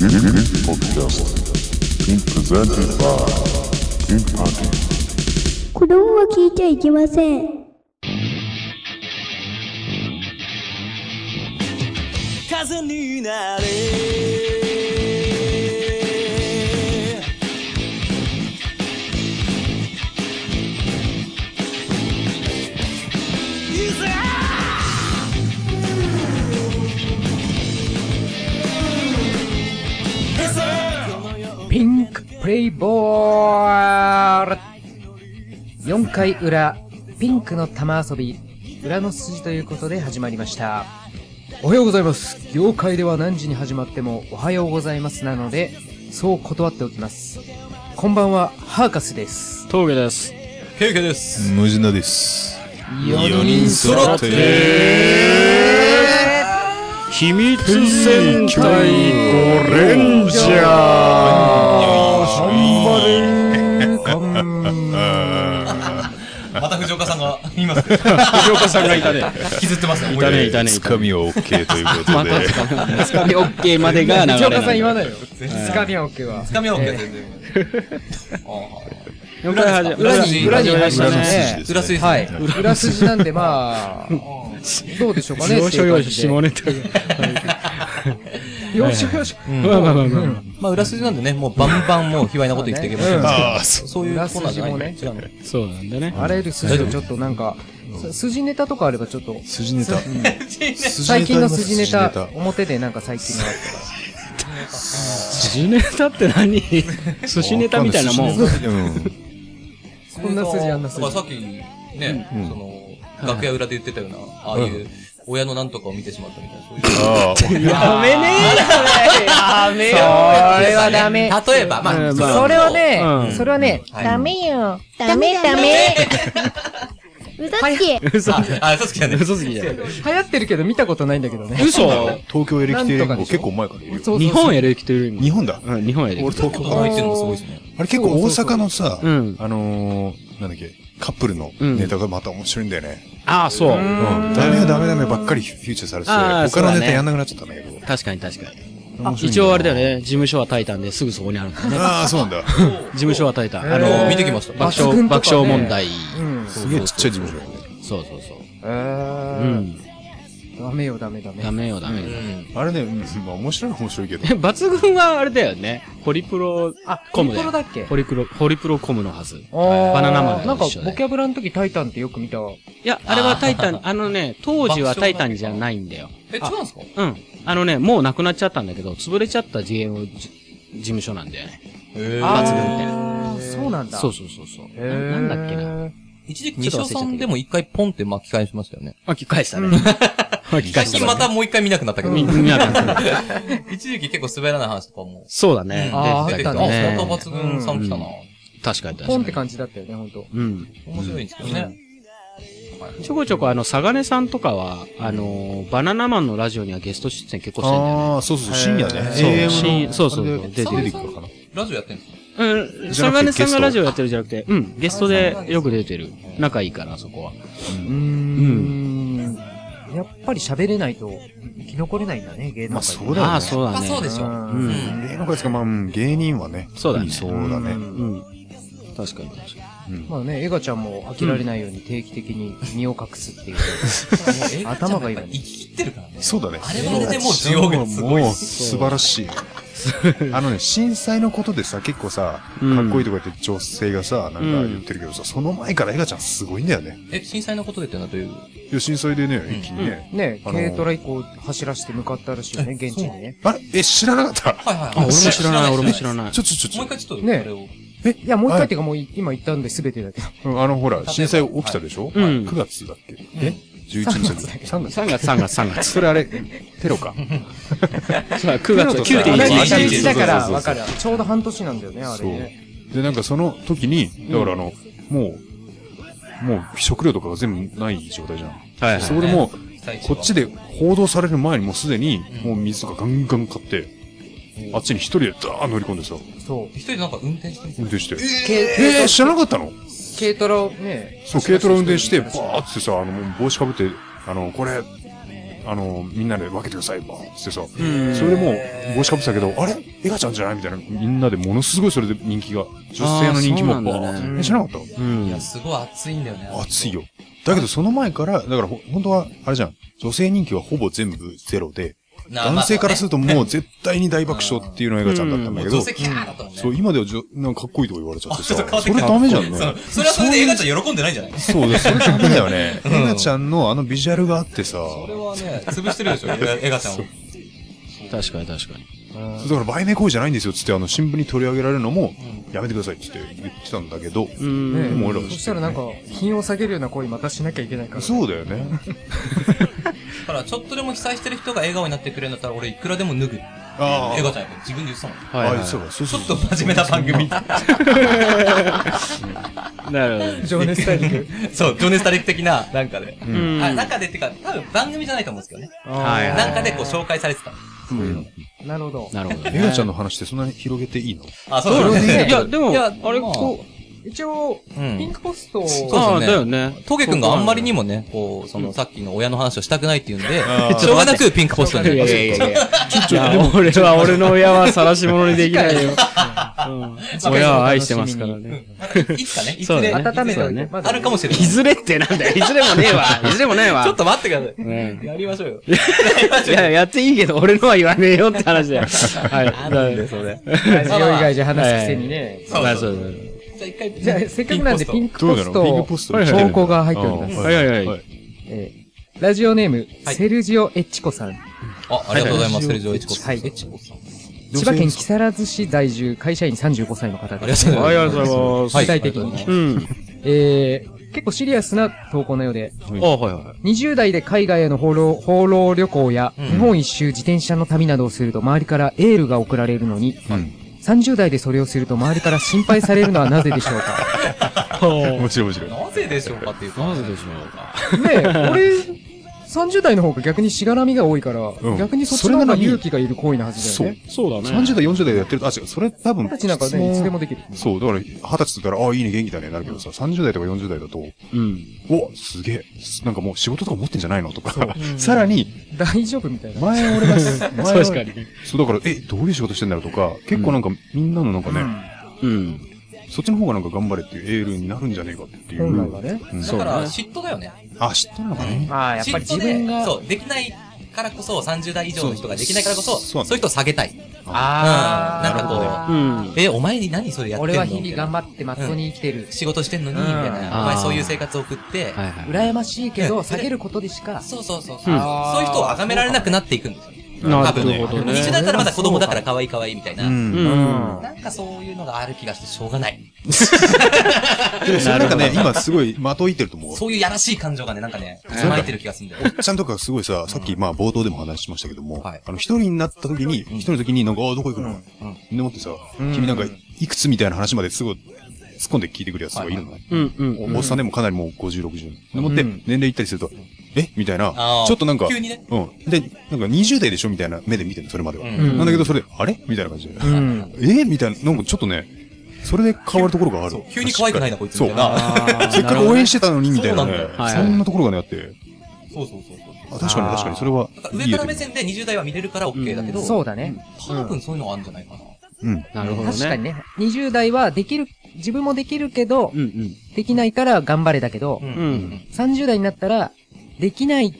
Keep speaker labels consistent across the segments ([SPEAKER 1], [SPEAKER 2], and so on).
[SPEAKER 1] Music Podcast being presented by Pink Hunting.
[SPEAKER 2] 子供は聞いちゃいけません。
[SPEAKER 3] 風になれいざ
[SPEAKER 4] ピンクプレイボール !4 回裏、ピンクの玉遊び、裏の筋ということで始まりました。おはようございます。業界では何時に始まってもおはようございますなので、そう断っておきます。こんばんは、ハーカスです。
[SPEAKER 5] 峠です。ケイケです。
[SPEAKER 6] 無人なです。
[SPEAKER 4] 4
[SPEAKER 6] 人揃って。
[SPEAKER 5] 秘密戦隊ゴレンジャ
[SPEAKER 7] また藤岡さんがいます
[SPEAKER 5] ー
[SPEAKER 7] ね。
[SPEAKER 5] 藤岡さんがいたね。
[SPEAKER 7] 引きずってますね。
[SPEAKER 5] いたね、いたね。
[SPEAKER 6] つかみは OK ということ
[SPEAKER 5] ま
[SPEAKER 6] で。
[SPEAKER 5] た、つかみ OK までが流
[SPEAKER 4] 藤
[SPEAKER 5] れ
[SPEAKER 4] 岡さん言わ
[SPEAKER 5] ない。
[SPEAKER 4] ないよ。つかみは OK は。つ
[SPEAKER 7] つかみは OK
[SPEAKER 4] え
[SPEAKER 7] 全然。
[SPEAKER 5] 4回始ま
[SPEAKER 4] 裏
[SPEAKER 5] 裏
[SPEAKER 4] に
[SPEAKER 5] に、
[SPEAKER 4] 裏
[SPEAKER 5] 裏
[SPEAKER 4] に
[SPEAKER 5] に
[SPEAKER 4] 入りま
[SPEAKER 5] 入りま
[SPEAKER 4] し
[SPEAKER 5] したた
[SPEAKER 4] ね
[SPEAKER 5] ね。
[SPEAKER 7] 裏筋です
[SPEAKER 4] は
[SPEAKER 7] ね
[SPEAKER 4] い。裏筋なんで、 まあ、どうでしょうかね。
[SPEAKER 5] 要所要所下
[SPEAKER 4] ネ
[SPEAKER 5] ネタ
[SPEAKER 4] 要所要所。
[SPEAKER 5] が。まあまあまあまあ。
[SPEAKER 7] まあ裏筋なんでね、もうバンバンもう卑猥なこと言っていけばいい
[SPEAKER 4] うん
[SPEAKER 6] ああ、そ
[SPEAKER 7] そういうコーナーじゃない
[SPEAKER 4] 裏筋
[SPEAKER 7] 違うの。
[SPEAKER 5] そうなんだね。
[SPEAKER 4] あらゆる筋をちょっとなんか、す筋ネタとかあればちょっと、
[SPEAKER 6] う。筋ネタ。
[SPEAKER 4] 最近の筋ネタ
[SPEAKER 6] 筋ネ、
[SPEAKER 4] 表でなんか最近のあっ
[SPEAKER 5] 寿司ネタって何寿司ネタみたいなもん。
[SPEAKER 6] わかんないうん。
[SPEAKER 4] たこんな筋あんな
[SPEAKER 7] だから
[SPEAKER 4] 筋。
[SPEAKER 7] さっき、ね、その、楽屋裏で言ってたような、ああいう、親のなんとかを見てしまったみたいな、そういう。
[SPEAKER 6] ああ、
[SPEAKER 5] やめね
[SPEAKER 4] それはダメ。
[SPEAKER 7] 例えば、ま
[SPEAKER 5] う
[SPEAKER 7] あ、
[SPEAKER 5] んまあ
[SPEAKER 4] それは ね
[SPEAKER 5] う、ん
[SPEAKER 4] それはね、
[SPEAKER 7] はい
[SPEAKER 2] ダメよ。ダメダメ。 嘘つき。
[SPEAKER 5] え嘘。
[SPEAKER 7] あ、あ、嘘つきだね。
[SPEAKER 5] 嘘つきじゃん。
[SPEAKER 4] 流行ってるけど見たことないんだけどね。
[SPEAKER 5] 嘘
[SPEAKER 6] 東京エレキテ
[SPEAKER 4] なんと
[SPEAKER 6] 連
[SPEAKER 4] か
[SPEAKER 6] 合
[SPEAKER 4] でしょ
[SPEAKER 6] 結構前からいるよ。
[SPEAKER 4] そうそうそう
[SPEAKER 5] 日本エレキというよりも
[SPEAKER 6] 日本だ。
[SPEAKER 5] うん、日本エレ
[SPEAKER 6] 俺
[SPEAKER 5] キ。
[SPEAKER 6] 東京
[SPEAKER 7] ないっていうのがすごいですね。
[SPEAKER 6] あれ結構大阪のさ、あ
[SPEAKER 5] うん
[SPEAKER 6] のー、なんだっけ、カップルの
[SPEAKER 5] うん
[SPEAKER 6] ネタがまた面白いんだよね。
[SPEAKER 5] ああ、そう。
[SPEAKER 6] ダメよダメダメばっかりフューチャーされてて、
[SPEAKER 5] ああ
[SPEAKER 6] 他の
[SPEAKER 5] そうだね
[SPEAKER 6] ネタやんなくなっちゃったんだけど。
[SPEAKER 5] 確かに確かに。
[SPEAKER 6] 面白いん
[SPEAKER 5] 一応あれだよ。ね、事務所はタイタンですぐそこにあるんだね。
[SPEAKER 6] ああ、そうなんだ。
[SPEAKER 5] 事務所はタイタン。あ
[SPEAKER 7] あ
[SPEAKER 5] の、
[SPEAKER 7] の見てきました。
[SPEAKER 5] 爆
[SPEAKER 4] 抜
[SPEAKER 5] 笑、
[SPEAKER 4] 群とかね
[SPEAKER 5] 爆笑問題。
[SPEAKER 4] うん。
[SPEAKER 6] すげえちっちゃい事務所だよね。
[SPEAKER 5] そうそうそう。
[SPEAKER 4] え
[SPEAKER 5] う
[SPEAKER 4] ー
[SPEAKER 5] ん。
[SPEAKER 4] ダメよ、ダメダメ
[SPEAKER 5] ダ。メよ、ダメよ。
[SPEAKER 6] あれね、うんまあ面白いは面白いけど
[SPEAKER 5] え、。 抜群はあれだよね。ホリプロ
[SPEAKER 4] あ、
[SPEAKER 5] コム
[SPEAKER 4] ホリプロだっけ
[SPEAKER 5] ホリプロ、ホリプロコムのはず。
[SPEAKER 4] あー
[SPEAKER 5] バナナマン
[SPEAKER 4] なんか
[SPEAKER 5] と一緒、で
[SPEAKER 4] ボキャブラの時タイタンってよく見たわ。
[SPEAKER 5] いや、あれはタイタン、あのね、当時はタイタンじゃないんだよ。
[SPEAKER 7] え、違うんですか
[SPEAKER 5] うん。あのね、もうなくなっちゃったんだけど、潰れちゃった GM じ事務所なんだよね。
[SPEAKER 7] え
[SPEAKER 4] あー、そうなんだ。
[SPEAKER 5] そうそうそうそう。
[SPEAKER 4] へー
[SPEAKER 5] ななんだっけな。
[SPEAKER 7] 一時期西尾さんでも一回ポンって巻き返しましたよね。
[SPEAKER 5] 巻き返したね。 巻き返
[SPEAKER 7] 最
[SPEAKER 5] した
[SPEAKER 7] 近
[SPEAKER 5] ね。
[SPEAKER 7] またもう一回見なくなったけど
[SPEAKER 5] み、。 みんなで
[SPEAKER 7] 一時期結構滑らない話とかも。
[SPEAKER 5] そうだね。
[SPEAKER 4] あー
[SPEAKER 7] 出てき
[SPEAKER 4] あ
[SPEAKER 7] て
[SPEAKER 4] った
[SPEAKER 7] あ、
[SPEAKER 4] ね
[SPEAKER 7] また抜群さん来たな。
[SPEAKER 5] 確かに確かに。
[SPEAKER 4] ポンって感じだったよね、ほんと。
[SPEAKER 5] うん。
[SPEAKER 7] 面白いんですけどね。
[SPEAKER 5] ちょこちょこあの、サガネさんとかは、あのー、バナナマンのラジオにはゲスト出演結構してんだよね。
[SPEAKER 6] ああ、そうそう、深夜ね。
[SPEAKER 5] ー
[SPEAKER 6] AM
[SPEAKER 5] そう深夜そうそうそう
[SPEAKER 6] あ
[SPEAKER 5] 出
[SPEAKER 6] れで
[SPEAKER 5] て
[SPEAKER 6] 出
[SPEAKER 5] る
[SPEAKER 6] てくるかな。
[SPEAKER 7] ラジオやってんですか
[SPEAKER 5] うん、
[SPEAKER 6] じゃ
[SPEAKER 5] サ
[SPEAKER 6] な
[SPEAKER 5] ガ
[SPEAKER 6] く
[SPEAKER 5] ネさ
[SPEAKER 6] て
[SPEAKER 5] ん
[SPEAKER 6] ゲス
[SPEAKER 5] が
[SPEAKER 6] ト
[SPEAKER 5] ラジオやってるじゃなくて、うん、ゲストでよく出てる。仲いいから、そこは。
[SPEAKER 4] うーん。やっぱり喋れないと生き残れないんだね、芸能界。
[SPEAKER 6] まあそうだよね。
[SPEAKER 5] ああ、そうだ
[SPEAKER 7] あ、
[SPEAKER 5] ね。
[SPEAKER 7] そうでしょ。
[SPEAKER 4] うん
[SPEAKER 5] うん。
[SPEAKER 6] 芸能界ですか、まあ、うん芸人はね。
[SPEAKER 5] そうだね
[SPEAKER 6] 特にそうだ
[SPEAKER 4] う
[SPEAKER 6] ね。
[SPEAKER 4] ん
[SPEAKER 5] うん。確かに確かに。
[SPEAKER 4] まあね、エガちゃんも飽きられないように定期的に身を隠すっていう。 頭がいいわ
[SPEAKER 7] 生き切ってるからね。
[SPEAKER 6] そうだね。
[SPEAKER 7] あれはあれでもう需要がすごい
[SPEAKER 6] もう素晴らしい。あのね、震災のことでさ、結構さ、
[SPEAKER 5] うん
[SPEAKER 6] かっこいいとか言って女性がさ、なんか言ってるけどさ、その前からエガちゃんすごいんだよね。
[SPEAKER 7] え、震災のことでってのはどういう。
[SPEAKER 6] いや、震災でね、一気にね。
[SPEAKER 4] ね、
[SPEAKER 6] あの
[SPEAKER 4] 軽トラ以降走らせて向かったらしいよね、現地にね。
[SPEAKER 6] あれえ、知らなかった
[SPEAKER 7] はいはいはい。
[SPEAKER 5] あ、俺も知らない、俺も知らない。
[SPEAKER 6] ちょちょちょち
[SPEAKER 7] も
[SPEAKER 6] ょ
[SPEAKER 7] う一。回ちょっと、
[SPEAKER 4] ね
[SPEAKER 7] それを。
[SPEAKER 4] えいや、もう一
[SPEAKER 6] は
[SPEAKER 4] 回
[SPEAKER 6] い
[SPEAKER 4] っていうかもうい今言ったんで全てだけど。
[SPEAKER 6] うんあの、ほら、震災起きたでしょ
[SPEAKER 5] うん
[SPEAKER 6] ?9 月だっけえ ?11 日だっけ ?3 月。
[SPEAKER 5] 3月、3月、3月。
[SPEAKER 6] それあれ、テ ロか。
[SPEAKER 5] そう9月、
[SPEAKER 6] 9.11
[SPEAKER 4] 9.11
[SPEAKER 5] 9.11。
[SPEAKER 4] だから、
[SPEAKER 6] そうそうそうそう
[SPEAKER 4] わかる。ちょうど半年なんだよね、あれ
[SPEAKER 6] そう
[SPEAKER 4] ね。。
[SPEAKER 6] で、なんかその時に、だからあの、もう、もう食料とかが全部ない状態じゃん。
[SPEAKER 5] はいはい
[SPEAKER 6] そこでもう、
[SPEAKER 7] 最初
[SPEAKER 6] こ
[SPEAKER 7] は
[SPEAKER 6] っちで報道される前にもうすでに、もう水とかガンガン買って、あっちに一人でダーン乗り込んでさ、
[SPEAKER 4] そう。
[SPEAKER 7] 一人でなんか運転してみて。
[SPEAKER 6] 運転して。
[SPEAKER 4] 軽
[SPEAKER 6] えー、知らなかったの
[SPEAKER 4] 軽トラをね、
[SPEAKER 6] そう、軽トラ運転して、バーってさ、あの、もう帽子かぶって、あの、これ、あの、みんなで分けてください、バーンってさ。それでもう、帽子かぶってたけど、あれエガちゃんじゃないみたいな、みんなでものすごいそれで人気が、女性の人気も
[SPEAKER 5] あーそうなん
[SPEAKER 6] バ
[SPEAKER 5] だね
[SPEAKER 6] ーンって。え知らなかっ
[SPEAKER 5] うん。
[SPEAKER 7] いや、すごい熱いんだよね。
[SPEAKER 6] た熱いよ。だけどその前から、だからほ本当は、あれじゃん、女性人気はほぼ全部ゼロで、
[SPEAKER 7] な。
[SPEAKER 6] 男性からす
[SPEAKER 7] る
[SPEAKER 6] るともう絶対に大爆笑っていうのがエガちゃんだったんだけ
[SPEAKER 7] 女
[SPEAKER 6] ど、
[SPEAKER 7] 性キャーだったもんね。
[SPEAKER 6] そう、今ではじょなんかかっこいいとか言われちゃって
[SPEAKER 7] ちょっと変
[SPEAKER 6] さ、
[SPEAKER 7] わって
[SPEAKER 6] そ
[SPEAKER 7] き
[SPEAKER 6] れ
[SPEAKER 7] た
[SPEAKER 6] ダメじゃんね。
[SPEAKER 7] そうそれはそれで映画ちゃん喜んでないんじゃない
[SPEAKER 6] そうだ、それダメだよね。エガちゃんのあのビジュアルがあってさ、
[SPEAKER 7] それはね、潰してるでしょ、 映画ちゃんを。
[SPEAKER 5] 確かに確かに。
[SPEAKER 6] だから売名行為じゃないんですよっつってあの新聞に取り上げられるのもやめてくださいっつって言ってたんだけど、
[SPEAKER 5] うん。
[SPEAKER 6] でも俺らは
[SPEAKER 4] そ
[SPEAKER 6] 知
[SPEAKER 4] し
[SPEAKER 6] ったて
[SPEAKER 4] ら
[SPEAKER 6] る
[SPEAKER 4] なんか、品を下げるような行為またしなきゃいけないから。
[SPEAKER 6] そうだよね。
[SPEAKER 7] だから、ちょっとでも被災してる人が笑顔になってくれるんだったら、俺いくらでも脱ぐ。映
[SPEAKER 6] あ
[SPEAKER 7] 画ちゃんやっぱ自分で言ってたもん。
[SPEAKER 6] あ、
[SPEAKER 5] はい、
[SPEAKER 6] あ
[SPEAKER 5] は
[SPEAKER 6] あ、そうか、そう
[SPEAKER 7] ち
[SPEAKER 6] そ
[SPEAKER 7] ょ
[SPEAKER 6] う
[SPEAKER 7] っ
[SPEAKER 6] そ
[SPEAKER 7] と
[SPEAKER 6] う。
[SPEAKER 7] 真面目な番組。
[SPEAKER 5] い。なるほど。
[SPEAKER 4] 情熱大陸。
[SPEAKER 7] そう、情熱大陸的な、なんかで。
[SPEAKER 5] ん
[SPEAKER 7] あ、中でってか、多分番組じゃないと思うんですけどね。
[SPEAKER 5] はいはい。
[SPEAKER 7] なんかでこう紹介されてた。
[SPEAKER 4] なるほど。
[SPEAKER 5] なるほど
[SPEAKER 6] エ
[SPEAKER 5] ね。
[SPEAKER 6] ガちゃんの話ってそんなに広げていいの
[SPEAKER 7] あ、そうだ
[SPEAKER 5] いや、でも、
[SPEAKER 7] いや
[SPEAKER 5] あれ、
[SPEAKER 7] まあ
[SPEAKER 5] こ
[SPEAKER 4] 一応、
[SPEAKER 7] うん
[SPEAKER 4] ピンクポストを、
[SPEAKER 5] う、
[SPEAKER 7] そうです
[SPEAKER 5] あ
[SPEAKER 7] よ
[SPEAKER 5] あ、
[SPEAKER 7] ね
[SPEAKER 5] だよね。
[SPEAKER 7] トゲ君があんまりに
[SPEAKER 5] も。
[SPEAKER 7] もね、こう、その、さっきの親の話をしたくないっていうんで
[SPEAKER 6] あー、
[SPEAKER 7] しょうがなくピンクポスト
[SPEAKER 5] いやい
[SPEAKER 7] に。
[SPEAKER 5] やいやいや。いや俺は、俺の親は晒し者にできないよ。うん親は愛してますからね。
[SPEAKER 7] いつかね、いつ
[SPEAKER 5] そう
[SPEAKER 7] で、
[SPEAKER 5] だね
[SPEAKER 4] 温めておい
[SPEAKER 5] そうだね
[SPEAKER 4] て、まだ
[SPEAKER 7] あるかもしれない
[SPEAKER 5] い。ずれってなんだよ。いずれもねえわ。いずれもねえわ。
[SPEAKER 7] ちょっと待ってください。
[SPEAKER 5] ね
[SPEAKER 7] やりましょうよ。
[SPEAKER 5] いや、やっていいけど、俺のは言わねえよって話だよ。はい。
[SPEAKER 7] あるんで、それ。
[SPEAKER 4] ラジオ以外じゃ話すくせにね。
[SPEAKER 7] そう
[SPEAKER 5] まあ
[SPEAKER 7] そ
[SPEAKER 5] そううだね
[SPEAKER 7] じゃあ一回、
[SPEAKER 4] じゃあ、せっかくなんでピンクポス
[SPEAKER 6] ピンクポ
[SPEAKER 4] ト、
[SPEAKER 6] ストに来るんだ
[SPEAKER 4] 投稿が入っております
[SPEAKER 6] ああ
[SPEAKER 5] はいはいはい。
[SPEAKER 4] えーラジオネーム、
[SPEAKER 7] はい
[SPEAKER 4] セルジオエッチコさん。
[SPEAKER 7] あ、ありがとうございます。セルジオエチコさん。
[SPEAKER 4] はい
[SPEAKER 7] エチコさん。
[SPEAKER 4] 千葉県木更津市在住、会社員35歳の方
[SPEAKER 7] あ
[SPEAKER 4] で
[SPEAKER 7] りが
[SPEAKER 4] す。
[SPEAKER 7] とうございます。
[SPEAKER 5] ありがとうございます。
[SPEAKER 4] 具体的にね。
[SPEAKER 5] うん。
[SPEAKER 4] えー結構シリアスな投稿のようで、
[SPEAKER 5] あ、はいはい。
[SPEAKER 4] 20代で海外への放浪放浪旅行や
[SPEAKER 7] うん
[SPEAKER 4] 日本一周自転車の旅などをすると周りからエールが送られるのに、30代でそれをすると周りから心配されるのはなぜでしょうか
[SPEAKER 6] もちろんもちろん。
[SPEAKER 7] なぜでしょうかっていうか。なぜでしょうか。
[SPEAKER 4] ねえ、俺、30代の方が逆にしがらみが多いから、
[SPEAKER 6] ん
[SPEAKER 4] 逆にそっちの方が勇気がいる行為なはずだ
[SPEAKER 6] そ
[SPEAKER 4] よ
[SPEAKER 6] う
[SPEAKER 4] ね。。
[SPEAKER 5] そうだね。
[SPEAKER 6] 30代、40代でやってると、あ、違う、それ多分。
[SPEAKER 4] 二十歳なんかね、いつでもできる。
[SPEAKER 6] そう、だから、二十歳だったら、ああ、いいね、元気だね、なるけどさ、30代とか40代だと、
[SPEAKER 5] うん。
[SPEAKER 6] お、すげえ、なんかもう仕事とか持ってんじゃないのとか、 さらに、
[SPEAKER 4] 大丈夫みたいな。
[SPEAKER 6] 前俺が、前俺
[SPEAKER 5] 確かに。
[SPEAKER 6] そう、だから、え、どういう仕事してんだろうとか、結構なんか、みんなのなんかね、
[SPEAKER 5] うん。
[SPEAKER 6] そっちの方がなんか頑張れっていうエールになるんじゃねえかっていう。
[SPEAKER 4] 本来はね。
[SPEAKER 6] うん
[SPEAKER 7] だから、嫉妬だよね。
[SPEAKER 6] あ、知ってるのかね。
[SPEAKER 4] ああ、やっ
[SPEAKER 7] 嫉
[SPEAKER 4] ぱり
[SPEAKER 7] 妬
[SPEAKER 4] 自分
[SPEAKER 7] で、
[SPEAKER 4] が、
[SPEAKER 7] そう、できないからこそ、30代以上の人ができないからこそ、
[SPEAKER 6] そうそう
[SPEAKER 7] そういう人を下げたい。うん
[SPEAKER 4] あ
[SPEAKER 7] な
[SPEAKER 4] あ、
[SPEAKER 7] んかこ
[SPEAKER 5] うん。
[SPEAKER 7] う、え、お前に何それや
[SPEAKER 4] こう
[SPEAKER 7] ってん
[SPEAKER 4] 俺
[SPEAKER 7] の
[SPEAKER 4] は日々頑
[SPEAKER 7] み
[SPEAKER 4] 張ってまっとうに生きてる
[SPEAKER 7] たいな。仕事してんのに、
[SPEAKER 4] う
[SPEAKER 7] み
[SPEAKER 4] ん
[SPEAKER 7] たいな。お前
[SPEAKER 5] あー
[SPEAKER 7] そういう生活を送って、
[SPEAKER 5] はいは
[SPEAKER 4] 羨ましいけ
[SPEAKER 7] う
[SPEAKER 4] ど、
[SPEAKER 7] ん
[SPEAKER 4] 下げることでしか、
[SPEAKER 7] そうそうそう。そうそういう人を崇められなくなっていくんですよ。
[SPEAKER 5] い。なるほどね。
[SPEAKER 7] 20代だったらまだ子供だから可愛い可愛いみたいな。
[SPEAKER 5] うん。
[SPEAKER 7] なんかそういうのがある気がしてしょうがない。
[SPEAKER 6] それなんかね、今すごいまといてると思う。
[SPEAKER 7] そういうやらしい感情がね、なんかね、渦巻いてる気がするんだよ。
[SPEAKER 6] ちゃんとかすごいさ、さっきまあ冒頭でも話しましたけども、
[SPEAKER 7] はい
[SPEAKER 6] あの、一人になった時に、一人の時になんか、ああ、どこ行くの、でもってさ、君なんか、いくつみたいな話まですごい、突っ込んで聞いてくるやつがいるのね。
[SPEAKER 5] うんうん。
[SPEAKER 6] おおっさんでもかなりもう50、60。でもって、年齢いったりすると、えみたいな
[SPEAKER 7] あー、
[SPEAKER 6] ちょっとなんか、
[SPEAKER 7] 急にね
[SPEAKER 6] うん。で、なんか20代でしょみたいな目で見てるの、それまでは。
[SPEAKER 7] うん
[SPEAKER 6] なんだけど、それで、あれみたいな感じで。
[SPEAKER 4] うん。
[SPEAKER 6] えみたいな、なんかちょっとね、それで変わるところがある。
[SPEAKER 7] 急に可愛くないな、こいつ。みたい
[SPEAKER 6] そう
[SPEAKER 7] な。
[SPEAKER 6] せっかく応援してたのに、みたいな
[SPEAKER 7] そうな
[SPEAKER 6] ね
[SPEAKER 7] ん。
[SPEAKER 5] だよ
[SPEAKER 6] そんなところがね、あって。
[SPEAKER 7] そうそうそうそう。
[SPEAKER 6] あ確かに確かに、それは
[SPEAKER 7] なんか。
[SPEAKER 6] いい
[SPEAKER 7] 上
[SPEAKER 6] よ
[SPEAKER 7] から目線で20代は見れるから OK だけど、
[SPEAKER 4] そうだね。
[SPEAKER 7] 多分そういうのがあるんじゃないかな。
[SPEAKER 6] うん。
[SPEAKER 5] なるほどね。
[SPEAKER 4] 確かに。ね。20代はできる、自分もできるけど
[SPEAKER 5] う、ん
[SPEAKER 4] できないから頑張れだけど
[SPEAKER 7] う、ん
[SPEAKER 5] うん。うん。
[SPEAKER 4] 30代になったら、できない、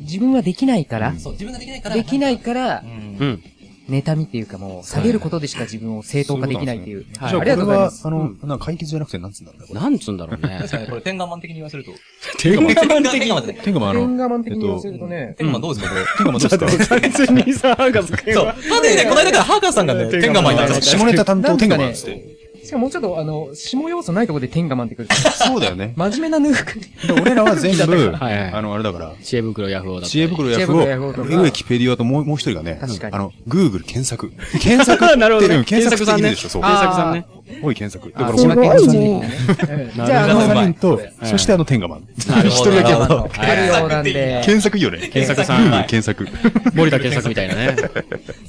[SPEAKER 4] 自分はできないから、
[SPEAKER 7] そう、自分ができないから。
[SPEAKER 4] できないから
[SPEAKER 7] う、ん。
[SPEAKER 5] う
[SPEAKER 7] うん
[SPEAKER 5] ん。
[SPEAKER 4] 妬みっていうかもう、下げることでしか自分を正当化できないっていう。
[SPEAKER 5] はい
[SPEAKER 4] ありがとうございます。
[SPEAKER 6] あの、なんか解決じゃなくて、なんつうんだろう。
[SPEAKER 5] なんつうんだろうね
[SPEAKER 7] 確。かにこれ天眼マン的に言わせると。
[SPEAKER 5] 天
[SPEAKER 7] 天
[SPEAKER 5] 眼
[SPEAKER 7] 眼
[SPEAKER 5] 的
[SPEAKER 7] 的
[SPEAKER 5] に。
[SPEAKER 7] に。
[SPEAKER 6] ていうかまあ、あ
[SPEAKER 4] 天
[SPEAKER 6] の、
[SPEAKER 4] 下マン的に言わせるとね、
[SPEAKER 7] 天眼マンどうですかこれ。
[SPEAKER 6] ていうかまあ、どうですか
[SPEAKER 5] 完全にさ、なんかそれ
[SPEAKER 7] そう。
[SPEAKER 5] は
[SPEAKER 7] ただね、この間からハーカーさんがね、天眼マンになっちゃった。
[SPEAKER 6] 下ネタ担当、てんかま
[SPEAKER 4] なん
[SPEAKER 6] ん
[SPEAKER 4] か
[SPEAKER 6] つって。
[SPEAKER 4] しかももうちょっとあの、下要素ないところで天下マンってくる。
[SPEAKER 6] そうだよね。
[SPEAKER 4] 真面目なぬく。
[SPEAKER 6] で俺らは全部、
[SPEAKER 5] はいはい
[SPEAKER 6] あの、あれだから、
[SPEAKER 5] 知恵袋ヤフオだったり。
[SPEAKER 6] 知恵袋ヤフ
[SPEAKER 4] 知恵袋ヤフオ
[SPEAKER 6] を、
[SPEAKER 4] と
[SPEAKER 6] ウ
[SPEAKER 4] か
[SPEAKER 6] ェキペディアともうもう一人がね、
[SPEAKER 4] 確かに
[SPEAKER 6] あの、Google 検索。検索って、
[SPEAKER 5] なるほどね
[SPEAKER 6] うん検索って意味でしょ、そう。
[SPEAKER 5] 原作さんね。
[SPEAKER 6] おい、検索。だから、
[SPEAKER 4] す
[SPEAKER 6] 俺
[SPEAKER 4] ごいね。
[SPEAKER 6] じゃあ、あの3人と、
[SPEAKER 5] い
[SPEAKER 6] そしてあの、天下マン。一
[SPEAKER 5] なるほ
[SPEAKER 6] 人
[SPEAKER 5] ど
[SPEAKER 6] だけあ
[SPEAKER 5] なるほ
[SPEAKER 6] の
[SPEAKER 5] ど、
[SPEAKER 4] あるようなんで。
[SPEAKER 6] 検索いいよね。検
[SPEAKER 5] 索さん
[SPEAKER 6] Google 検索。
[SPEAKER 5] 森田健作みたいなね。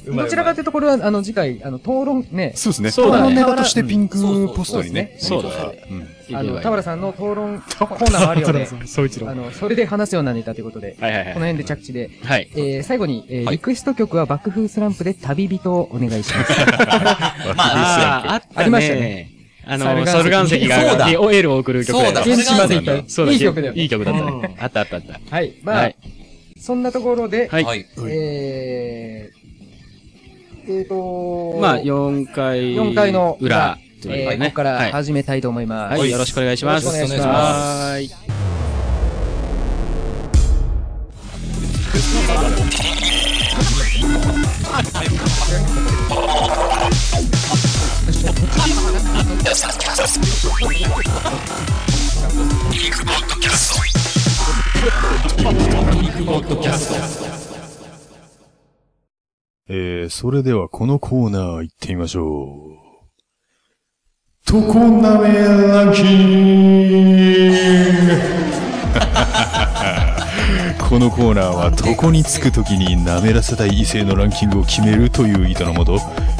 [SPEAKER 4] どちらかというとこれは、あの、次回、あの、討論ね、
[SPEAKER 6] そうですね。
[SPEAKER 5] そうだね
[SPEAKER 6] このネタとしてピンクポストにね。
[SPEAKER 5] そうだね
[SPEAKER 6] うん。
[SPEAKER 5] けば
[SPEAKER 8] あ
[SPEAKER 5] いい
[SPEAKER 8] の、田原さんの討 論コーナーもあるようで、
[SPEAKER 5] そう一郎。
[SPEAKER 8] あ
[SPEAKER 5] はい
[SPEAKER 8] の、それで話すようなネタということで、こ
[SPEAKER 5] はいは
[SPEAKER 8] の
[SPEAKER 5] い。
[SPEAKER 8] 辺で着地で、
[SPEAKER 5] はい。
[SPEAKER 8] えー、最後に、えー
[SPEAKER 7] はい
[SPEAKER 8] リクエスト曲は爆風スランプで旅人をお願いし ます。
[SPEAKER 5] ああ、あった
[SPEAKER 8] ありましたね。
[SPEAKER 5] あの、
[SPEAKER 8] サ
[SPEAKER 5] サ
[SPEAKER 8] ル
[SPEAKER 5] ル
[SPEAKER 8] ガ
[SPEAKER 5] ガ
[SPEAKER 8] ン
[SPEAKER 5] ン
[SPEAKER 8] 石
[SPEAKER 5] 石
[SPEAKER 7] そうだ
[SPEAKER 5] が、にエールを送る曲
[SPEAKER 7] そうだ
[SPEAKER 5] よね
[SPEAKER 8] 現地まで行ったよ。
[SPEAKER 5] そうだ
[SPEAKER 8] いい曲だよ。
[SPEAKER 5] いい曲だったね。あったあったあった。
[SPEAKER 8] はい。まあ、
[SPEAKER 5] はい。
[SPEAKER 8] そんなところで、
[SPEAKER 5] はい。
[SPEAKER 7] はい。
[SPEAKER 8] えー、えーとー
[SPEAKER 5] まあ、4回。
[SPEAKER 8] 4回の
[SPEAKER 5] 裏。という
[SPEAKER 8] え
[SPEAKER 5] こ
[SPEAKER 8] ー
[SPEAKER 5] とでね
[SPEAKER 8] ここから
[SPEAKER 5] はい
[SPEAKER 8] 始めたいと思います。
[SPEAKER 5] はい。よろしくお願いします。
[SPEAKER 8] よろしくお願いし
[SPEAKER 7] ます
[SPEAKER 5] はーい。
[SPEAKER 6] えー、それではこのコーナー行ってみましょう。 とこなめランキングこのコーナーは床につくときに舐めらせたい異性のランキングを決めるという意図のもと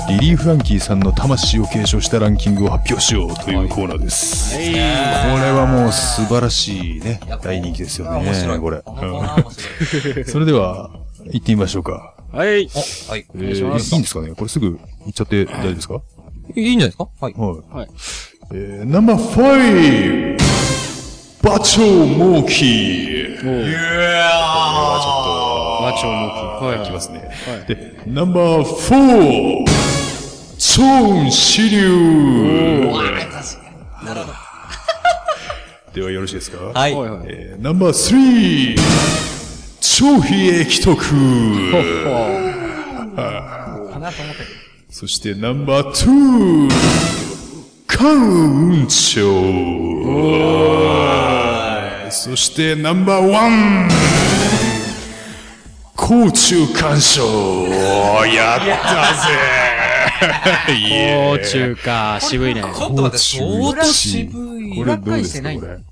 [SPEAKER 6] リリー・フランキーさんの魂を継承したランキングを発表しようというコーナーです、これはもう素晴らしいね大人気ですよね
[SPEAKER 7] 面白い。
[SPEAKER 6] これ、
[SPEAKER 7] あのコーナー面白い。
[SPEAKER 6] うんそれでは行ってみましょうか
[SPEAKER 5] はい。
[SPEAKER 7] おはい。
[SPEAKER 6] えーいいんですかねこれすぐ行っちゃって大丈夫ですか
[SPEAKER 7] いいんじゃないですかはい。
[SPEAKER 6] はい。
[SPEAKER 5] はい
[SPEAKER 6] えー、ナンバーファイブバチョウモーキーこれは
[SPEAKER 5] 和
[SPEAKER 6] ち
[SPEAKER 5] 鳥
[SPEAKER 6] ょ
[SPEAKER 5] の
[SPEAKER 6] っと、
[SPEAKER 5] 木はい
[SPEAKER 6] いきますね。
[SPEAKER 5] はい
[SPEAKER 6] で、ナンバーフォーチョンシリュウ ではよろしいですか
[SPEAKER 7] はい。
[SPEAKER 5] はいはい。
[SPEAKER 6] えーナンバースリー超非益徳そしてナンバーツー関雲長そしてナンバーワン甲中干渉やったぜイエーイ
[SPEAKER 5] もう中か、渋いね。
[SPEAKER 7] ちょっと待って、相当渋い。
[SPEAKER 6] これどうですか
[SPEAKER 8] 裏返してないん
[SPEAKER 6] こ
[SPEAKER 8] だ
[SPEAKER 6] れ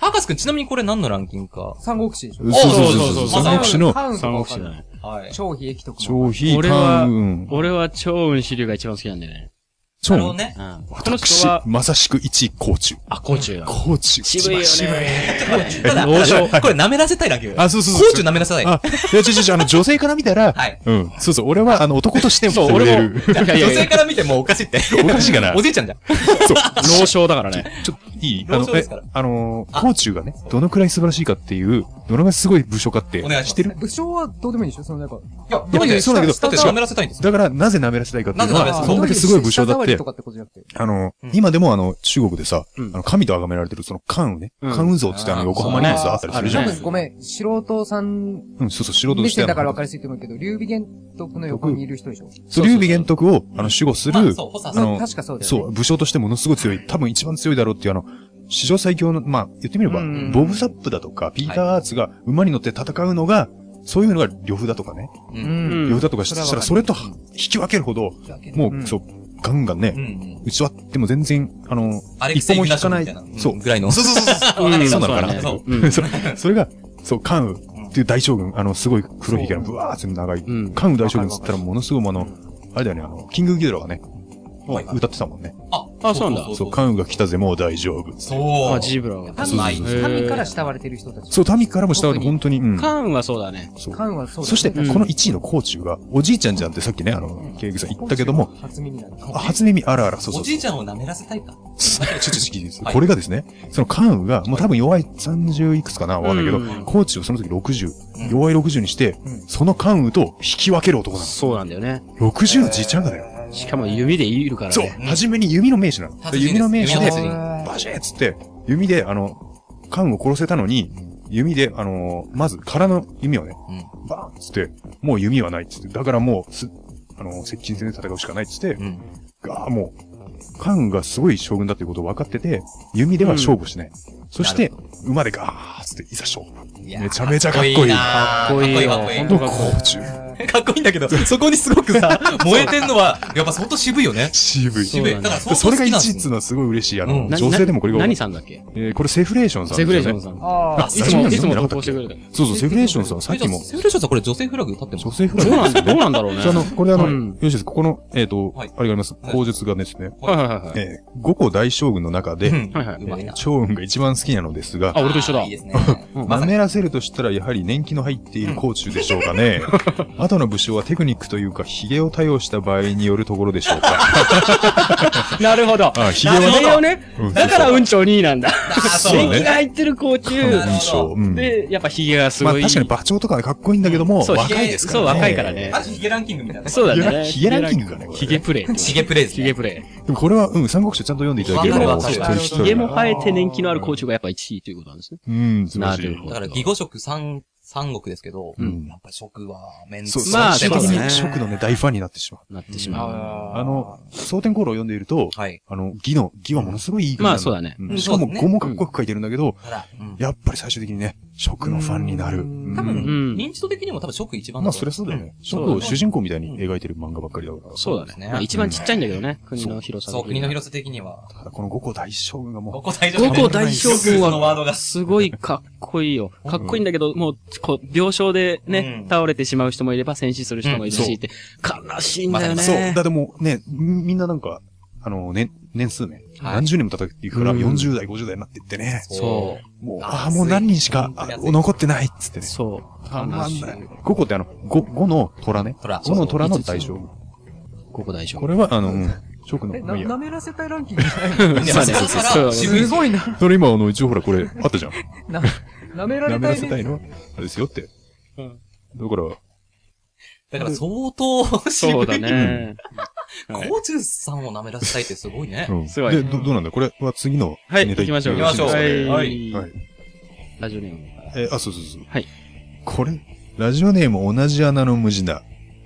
[SPEAKER 7] 博士くん、ちなみにこれ何のランキングか。
[SPEAKER 8] 三国志でしょ
[SPEAKER 6] そうそうそうそう。
[SPEAKER 7] そうそうそう
[SPEAKER 6] 三国志の
[SPEAKER 8] 関
[SPEAKER 5] 三国志
[SPEAKER 8] だ
[SPEAKER 5] だ
[SPEAKER 8] ね。
[SPEAKER 5] ね。
[SPEAKER 7] はい。
[SPEAKER 8] 超非益徳も。
[SPEAKER 6] 消費
[SPEAKER 5] 俺は
[SPEAKER 6] 関、雲。
[SPEAKER 5] 俺は超雲支流が一番好きなんだよね。
[SPEAKER 6] 超
[SPEAKER 7] なるほどね。
[SPEAKER 5] うん。この
[SPEAKER 6] 私
[SPEAKER 5] 人は、、
[SPEAKER 6] まさしく一位、甲虫。
[SPEAKER 5] あ、高中だ。
[SPEAKER 6] 甲虫。
[SPEAKER 5] 渋いよね。
[SPEAKER 6] 一番渋い
[SPEAKER 7] ただ、こ
[SPEAKER 5] 王将
[SPEAKER 7] れ舐めらせたいランキング。
[SPEAKER 6] あ、そうそうそう。
[SPEAKER 7] コーチを舐めなさい
[SPEAKER 6] あ、いや、ちょちょちょ、あの、女性から見たら、
[SPEAKER 7] はい
[SPEAKER 6] うん。そうそう、俺は、あの、男としても、
[SPEAKER 5] そう、俺も、
[SPEAKER 6] る。
[SPEAKER 5] いやいや
[SPEAKER 7] 女
[SPEAKER 5] い
[SPEAKER 7] 性
[SPEAKER 5] や、
[SPEAKER 7] から見てもうおかしいって。
[SPEAKER 6] おかしいかな
[SPEAKER 7] おじいちゃんじゃん。
[SPEAKER 5] 老将だからね。
[SPEAKER 6] ちょっと、いいあ
[SPEAKER 7] 老
[SPEAKER 6] の
[SPEAKER 7] 将、で
[SPEAKER 6] え
[SPEAKER 7] すから、
[SPEAKER 6] あのー、甲虫がね、どのくらい素晴らしいかっていう、どのくらいすごい武将かって、
[SPEAKER 7] お願いします
[SPEAKER 6] 知ってる
[SPEAKER 8] 武将はどうでもいいでしょそのなんか、
[SPEAKER 7] いや、
[SPEAKER 6] いやいやそうだけど
[SPEAKER 7] だって
[SPEAKER 6] 違う
[SPEAKER 7] 舐めらせたいんですよ。
[SPEAKER 6] だから、なぜ舐めらせたいかっていうの
[SPEAKER 7] なぜ舐めらせ
[SPEAKER 6] は、
[SPEAKER 7] たい
[SPEAKER 6] そんだけすごい武将だっ
[SPEAKER 8] 下触り
[SPEAKER 6] て
[SPEAKER 8] と、かってことじゃなくて。
[SPEAKER 6] あの
[SPEAKER 7] うん、
[SPEAKER 6] 今でもあの、中国でさ、あ
[SPEAKER 5] うん
[SPEAKER 6] の、神と崇められてる、その、関羽ね、
[SPEAKER 5] うん
[SPEAKER 6] 関羽像ってあの、横浜にもさ、あったりするじゃ
[SPEAKER 5] あ
[SPEAKER 6] ん
[SPEAKER 5] る
[SPEAKER 8] 多
[SPEAKER 5] ね。
[SPEAKER 8] 分ごめん、素人さん
[SPEAKER 6] うん、そうそう、素人と
[SPEAKER 8] 目
[SPEAKER 6] して
[SPEAKER 8] 線
[SPEAKER 6] あ
[SPEAKER 8] だから
[SPEAKER 6] の
[SPEAKER 8] 分かりやすいと思うけど、劉備玄徳の横にいる人でしょ
[SPEAKER 6] そう、劉備玄徳を、あの、守護す
[SPEAKER 7] まあ
[SPEAKER 6] る、
[SPEAKER 7] そう、補佐
[SPEAKER 6] あ
[SPEAKER 7] さん。
[SPEAKER 6] の、
[SPEAKER 8] 確かそうだよね
[SPEAKER 6] そう、武将としてものすごい強い、多分一番強いだろうっていうあの、史上最強の、まあ、言ってみれば、
[SPEAKER 8] うん
[SPEAKER 6] ボブサップだとか、ピーター・アーツが馬に乗って戦うのが、そういうのが呂布だとかね。
[SPEAKER 7] う。
[SPEAKER 8] うん。
[SPEAKER 5] うんん
[SPEAKER 6] 呂布だとか
[SPEAKER 8] そ
[SPEAKER 6] し
[SPEAKER 8] れは
[SPEAKER 6] たら、
[SPEAKER 8] わかる
[SPEAKER 6] それと引き分けるほど、もう、
[SPEAKER 8] うん
[SPEAKER 6] そう、ガンガンね、
[SPEAKER 7] うん。
[SPEAKER 6] 打ち割っても全然、あの、
[SPEAKER 7] アレク
[SPEAKER 6] 一
[SPEAKER 7] セ
[SPEAKER 6] 歩
[SPEAKER 7] イ・
[SPEAKER 6] も
[SPEAKER 7] ミ
[SPEAKER 6] 引
[SPEAKER 7] ラシ
[SPEAKER 6] か
[SPEAKER 7] ョン
[SPEAKER 6] な
[SPEAKER 7] み
[SPEAKER 6] い
[SPEAKER 7] たいな。。
[SPEAKER 6] そう
[SPEAKER 7] う。ぐらいの。そうそうそううん
[SPEAKER 6] そうなのかな
[SPEAKER 7] そう
[SPEAKER 5] うん。
[SPEAKER 6] それ それが、そう、関羽っていう大将軍、あの、すごい黒ひげのブワーって長い、
[SPEAKER 5] うん
[SPEAKER 6] 関羽大将軍っつったらものすごいあの、あれだよね、あの、キングギドラがね、
[SPEAKER 7] はいはい
[SPEAKER 6] 歌ってたもんね。
[SPEAKER 5] あ、そうなんだ。
[SPEAKER 6] そう、関羽が来たぜ、もう大丈夫。
[SPEAKER 7] そう。
[SPEAKER 5] あ、ジブラが。
[SPEAKER 8] 民
[SPEAKER 7] そう
[SPEAKER 5] そうそう
[SPEAKER 8] 民から慕われてる人たち。
[SPEAKER 6] そう、民からも慕われて、本当に。うん
[SPEAKER 5] カーンはそうだね。
[SPEAKER 6] そう
[SPEAKER 8] 関はそうだよね
[SPEAKER 6] そして、こ
[SPEAKER 5] ん
[SPEAKER 6] の1位の甲虫が、おじいちゃんじゃんってさっきね、あの、ケイグさん言ったけども、
[SPEAKER 8] 初耳なんだ。
[SPEAKER 6] あ初耳あるある、そうそ
[SPEAKER 7] お
[SPEAKER 6] うそ
[SPEAKER 7] じ
[SPEAKER 6] う。
[SPEAKER 7] いちゃんを舐めらせたいか。
[SPEAKER 6] ちょちょちょちょ聞いていいです
[SPEAKER 7] はい
[SPEAKER 6] これがですね、その関羽が、もう多分弱い30いくつかな、わかんないけ
[SPEAKER 5] うん
[SPEAKER 6] ど、甲虫をその時
[SPEAKER 7] うん
[SPEAKER 6] 60、弱い60にして
[SPEAKER 7] うん、
[SPEAKER 6] その関羽と引き分ける男な
[SPEAKER 5] そうなんだよね。
[SPEAKER 6] の。60のじいちゃんがだよ。
[SPEAKER 5] しかも弓でいるから
[SPEAKER 6] そう、
[SPEAKER 5] ね。
[SPEAKER 6] 初めに弓の名手なの。
[SPEAKER 7] 達人です
[SPEAKER 6] 弓の名手
[SPEAKER 7] 弓
[SPEAKER 6] で
[SPEAKER 7] の達、人
[SPEAKER 6] バシッつって、弓で、あの、缶を殺せたのに、弓で、あのーまず空の弓をね、バーンっつって、もう弓はないっつって、だからもう、す、あのー接近戦で戦うしかないっつって
[SPEAKER 7] う、ん。
[SPEAKER 6] ガーもう、缶がすごい将軍だっていうことを分かってて、弓では勝負しない。そして、馬でガーッつって、いざ勝負。めちゃめちゃかっこいい。
[SPEAKER 7] かっこいいな。かっこいい、かっこいい。
[SPEAKER 6] の甲虫。
[SPEAKER 7] かっこいいんだ けど、そこにすごくさ、燃えてんのは、やっぱ相当渋いよね。
[SPEAKER 6] 渋い。
[SPEAKER 7] 渋い。だから相当
[SPEAKER 6] そ
[SPEAKER 7] 好
[SPEAKER 6] れ
[SPEAKER 7] き
[SPEAKER 6] が
[SPEAKER 7] な
[SPEAKER 6] 一
[SPEAKER 7] んです
[SPEAKER 6] 位っつうのはすごい嬉しい。あの、
[SPEAKER 7] うん
[SPEAKER 5] な
[SPEAKER 6] 女性でもこれが多い、
[SPEAKER 5] 何さんだっけ
[SPEAKER 6] えーこれセフレーションさんです
[SPEAKER 5] セ
[SPEAKER 6] よ
[SPEAKER 5] フ
[SPEAKER 6] ね、
[SPEAKER 5] レーションさん。
[SPEAKER 8] あ
[SPEAKER 5] いつも、
[SPEAKER 6] あ
[SPEAKER 5] いつも
[SPEAKER 6] なんだっけ
[SPEAKER 5] 投稿してくれた。
[SPEAKER 6] そうそう、セフレーションさん、さっ
[SPEAKER 7] えじゃ
[SPEAKER 6] き
[SPEAKER 7] あ
[SPEAKER 6] も。
[SPEAKER 7] セフレーションさんこれ女性フラグ立ってます
[SPEAKER 6] 女性フラ
[SPEAKER 5] どう
[SPEAKER 6] グ
[SPEAKER 5] なんどうなんだろうね。
[SPEAKER 6] そうあの、これあの、
[SPEAKER 5] うん
[SPEAKER 6] よしです。ここの、えっ、と、
[SPEAKER 7] はい
[SPEAKER 6] あれがあります。口述がですね、
[SPEAKER 5] はいはいはいはい。
[SPEAKER 6] えー、五個大将軍の中で、
[SPEAKER 7] うん
[SPEAKER 5] はいはいう
[SPEAKER 7] まいな。
[SPEAKER 6] 長雲が一番好きなのですが
[SPEAKER 5] あ、、俺と一緒だ
[SPEAKER 7] いい。ですね。
[SPEAKER 6] 舐めらせるとしたらやはり年季の入っている甲冑でしょうか ね。後の武将はテクニックというか、髭を多用した場合によるところでしょうか。
[SPEAKER 5] なるほど。
[SPEAKER 6] あ、髭
[SPEAKER 5] なるほ
[SPEAKER 6] は
[SPEAKER 5] どね
[SPEAKER 6] うん。
[SPEAKER 5] だからうんちょう2位なんだ。
[SPEAKER 6] そう
[SPEAKER 5] 電気が
[SPEAKER 6] ね。
[SPEAKER 5] 入ってる甲
[SPEAKER 7] なる
[SPEAKER 5] 冑。
[SPEAKER 6] 印象。うん。
[SPEAKER 5] で、やっぱヒゲがす
[SPEAKER 6] まあ
[SPEAKER 5] ごい。
[SPEAKER 6] 確かに馬長とかかっこいいんだけども、
[SPEAKER 5] そう、
[SPEAKER 6] 若い
[SPEAKER 5] ヒゲ
[SPEAKER 6] ですか
[SPEAKER 5] そう、
[SPEAKER 6] らね。
[SPEAKER 5] 若いからね
[SPEAKER 7] あ。る種ヒゲランキングみたいな。
[SPEAKER 5] そうだね。
[SPEAKER 6] ヒゲランキングがねこれね
[SPEAKER 5] ヒゲプレイ。
[SPEAKER 7] ヒゲプレイズ
[SPEAKER 5] ヒゲプレ
[SPEAKER 6] でもこれは、うん、三国志をちゃんと読んでいただければ、
[SPEAKER 7] わか
[SPEAKER 6] 一人
[SPEAKER 7] るわかる
[SPEAKER 6] 一
[SPEAKER 5] イ。
[SPEAKER 6] 人
[SPEAKER 5] ヒゲも生えて年季のある甲冑がやっぱ1位ということなんですね。
[SPEAKER 6] うん、素晴らし
[SPEAKER 5] ないる。ほ
[SPEAKER 7] だから、義語職三、三国ですけど、
[SPEAKER 6] うん
[SPEAKER 7] やっぱ職は、メンツ
[SPEAKER 6] そう、
[SPEAKER 7] も。
[SPEAKER 5] まあ
[SPEAKER 6] 最終的
[SPEAKER 5] そうだね
[SPEAKER 6] に食のね、大ファンになってしまう。
[SPEAKER 5] なってしまう。
[SPEAKER 6] あの、蒼天航路を読んでいると、
[SPEAKER 7] はい。
[SPEAKER 6] あの、義の、義はものすごいいい感じ
[SPEAKER 5] まあそうだね。
[SPEAKER 6] しかも
[SPEAKER 7] うん
[SPEAKER 6] 語もかっこよく書いてるんだけど、
[SPEAKER 7] ただ、うん
[SPEAKER 6] やっぱり最終的にね、食のファンになる。うん
[SPEAKER 7] 多分、
[SPEAKER 5] ん
[SPEAKER 7] 認知度的にも多分職一番
[SPEAKER 6] まあ
[SPEAKER 7] と
[SPEAKER 6] そりゃそうだよね。
[SPEAKER 5] そう
[SPEAKER 6] 食
[SPEAKER 5] だね
[SPEAKER 6] を主人公みたいに描いてる漫画ばっかりだから。
[SPEAKER 5] そう
[SPEAKER 7] そ
[SPEAKER 5] だ
[SPEAKER 7] うですね
[SPEAKER 5] ね。まあ一番ちっちゃいんだけどね。国の広さ。
[SPEAKER 7] そう、国の広さ的には。
[SPEAKER 6] ただこの五個大将軍がも
[SPEAKER 7] 五
[SPEAKER 6] う、
[SPEAKER 7] 個大将
[SPEAKER 5] 五個大将軍
[SPEAKER 7] のワード
[SPEAKER 5] は、
[SPEAKER 7] が。
[SPEAKER 5] すごいかっこいいよ。かっこいいんだけど、もう、こう、病床でね
[SPEAKER 7] う、ん
[SPEAKER 5] 倒れてしまう人もいれば、戦死する人もいる
[SPEAKER 6] うんそ
[SPEAKER 5] し、
[SPEAKER 6] う
[SPEAKER 5] って、悲しいんだよね。
[SPEAKER 6] そう。だってもうね、みみんななんか、あの、ね、年数ね、何十年も叩いていくから、
[SPEAKER 5] うん
[SPEAKER 6] 40代、50代になってってね。。
[SPEAKER 5] そう
[SPEAKER 6] もう、
[SPEAKER 7] あ
[SPEAKER 6] ああ、もう何人しか
[SPEAKER 7] 本当に熱い
[SPEAKER 6] あ残ってないっつってね。
[SPEAKER 5] そう。
[SPEAKER 6] たま
[SPEAKER 5] 悲し
[SPEAKER 6] ん
[SPEAKER 5] い
[SPEAKER 6] ない。5個ってあの、5、五の虎ね。
[SPEAKER 7] 虎
[SPEAKER 6] 5の虎の大将軍。
[SPEAKER 5] ここ大丈夫。
[SPEAKER 6] これは、あの、うん食の、
[SPEAKER 4] え、
[SPEAKER 6] ま
[SPEAKER 4] な、
[SPEAKER 6] あいいや
[SPEAKER 4] 舐めらせたいランキングじゃ ない
[SPEAKER 7] いや
[SPEAKER 5] そうね
[SPEAKER 7] そこから、
[SPEAKER 5] そう
[SPEAKER 7] 渋い
[SPEAKER 4] す。ごいな。
[SPEAKER 6] それ今、あの、一応ほら、これ、あったじゃん。
[SPEAKER 4] な、舐めら
[SPEAKER 6] 舐
[SPEAKER 4] れ
[SPEAKER 6] め
[SPEAKER 4] た
[SPEAKER 6] ら
[SPEAKER 4] い
[SPEAKER 6] せた
[SPEAKER 4] ね。
[SPEAKER 6] いのは、あれですよって。
[SPEAKER 5] うん
[SPEAKER 6] だから、
[SPEAKER 7] だから相当渋い。
[SPEAKER 5] そうだ。ね。はい
[SPEAKER 7] 高中さんを舐めらせたいってすごいね
[SPEAKER 6] う。ん。
[SPEAKER 5] すごい
[SPEAKER 6] で、ど、どうなんだこれは次の
[SPEAKER 5] はい、
[SPEAKER 6] ネタ
[SPEAKER 5] 行きましょう。
[SPEAKER 7] 行きましょう
[SPEAKER 6] よろですか
[SPEAKER 5] は。
[SPEAKER 7] はいい
[SPEAKER 6] はい。
[SPEAKER 5] ラジオネームから。
[SPEAKER 6] えーあ、そうそうそう。
[SPEAKER 5] はい。
[SPEAKER 6] これ、ラジオネーム同じ穴の無地な。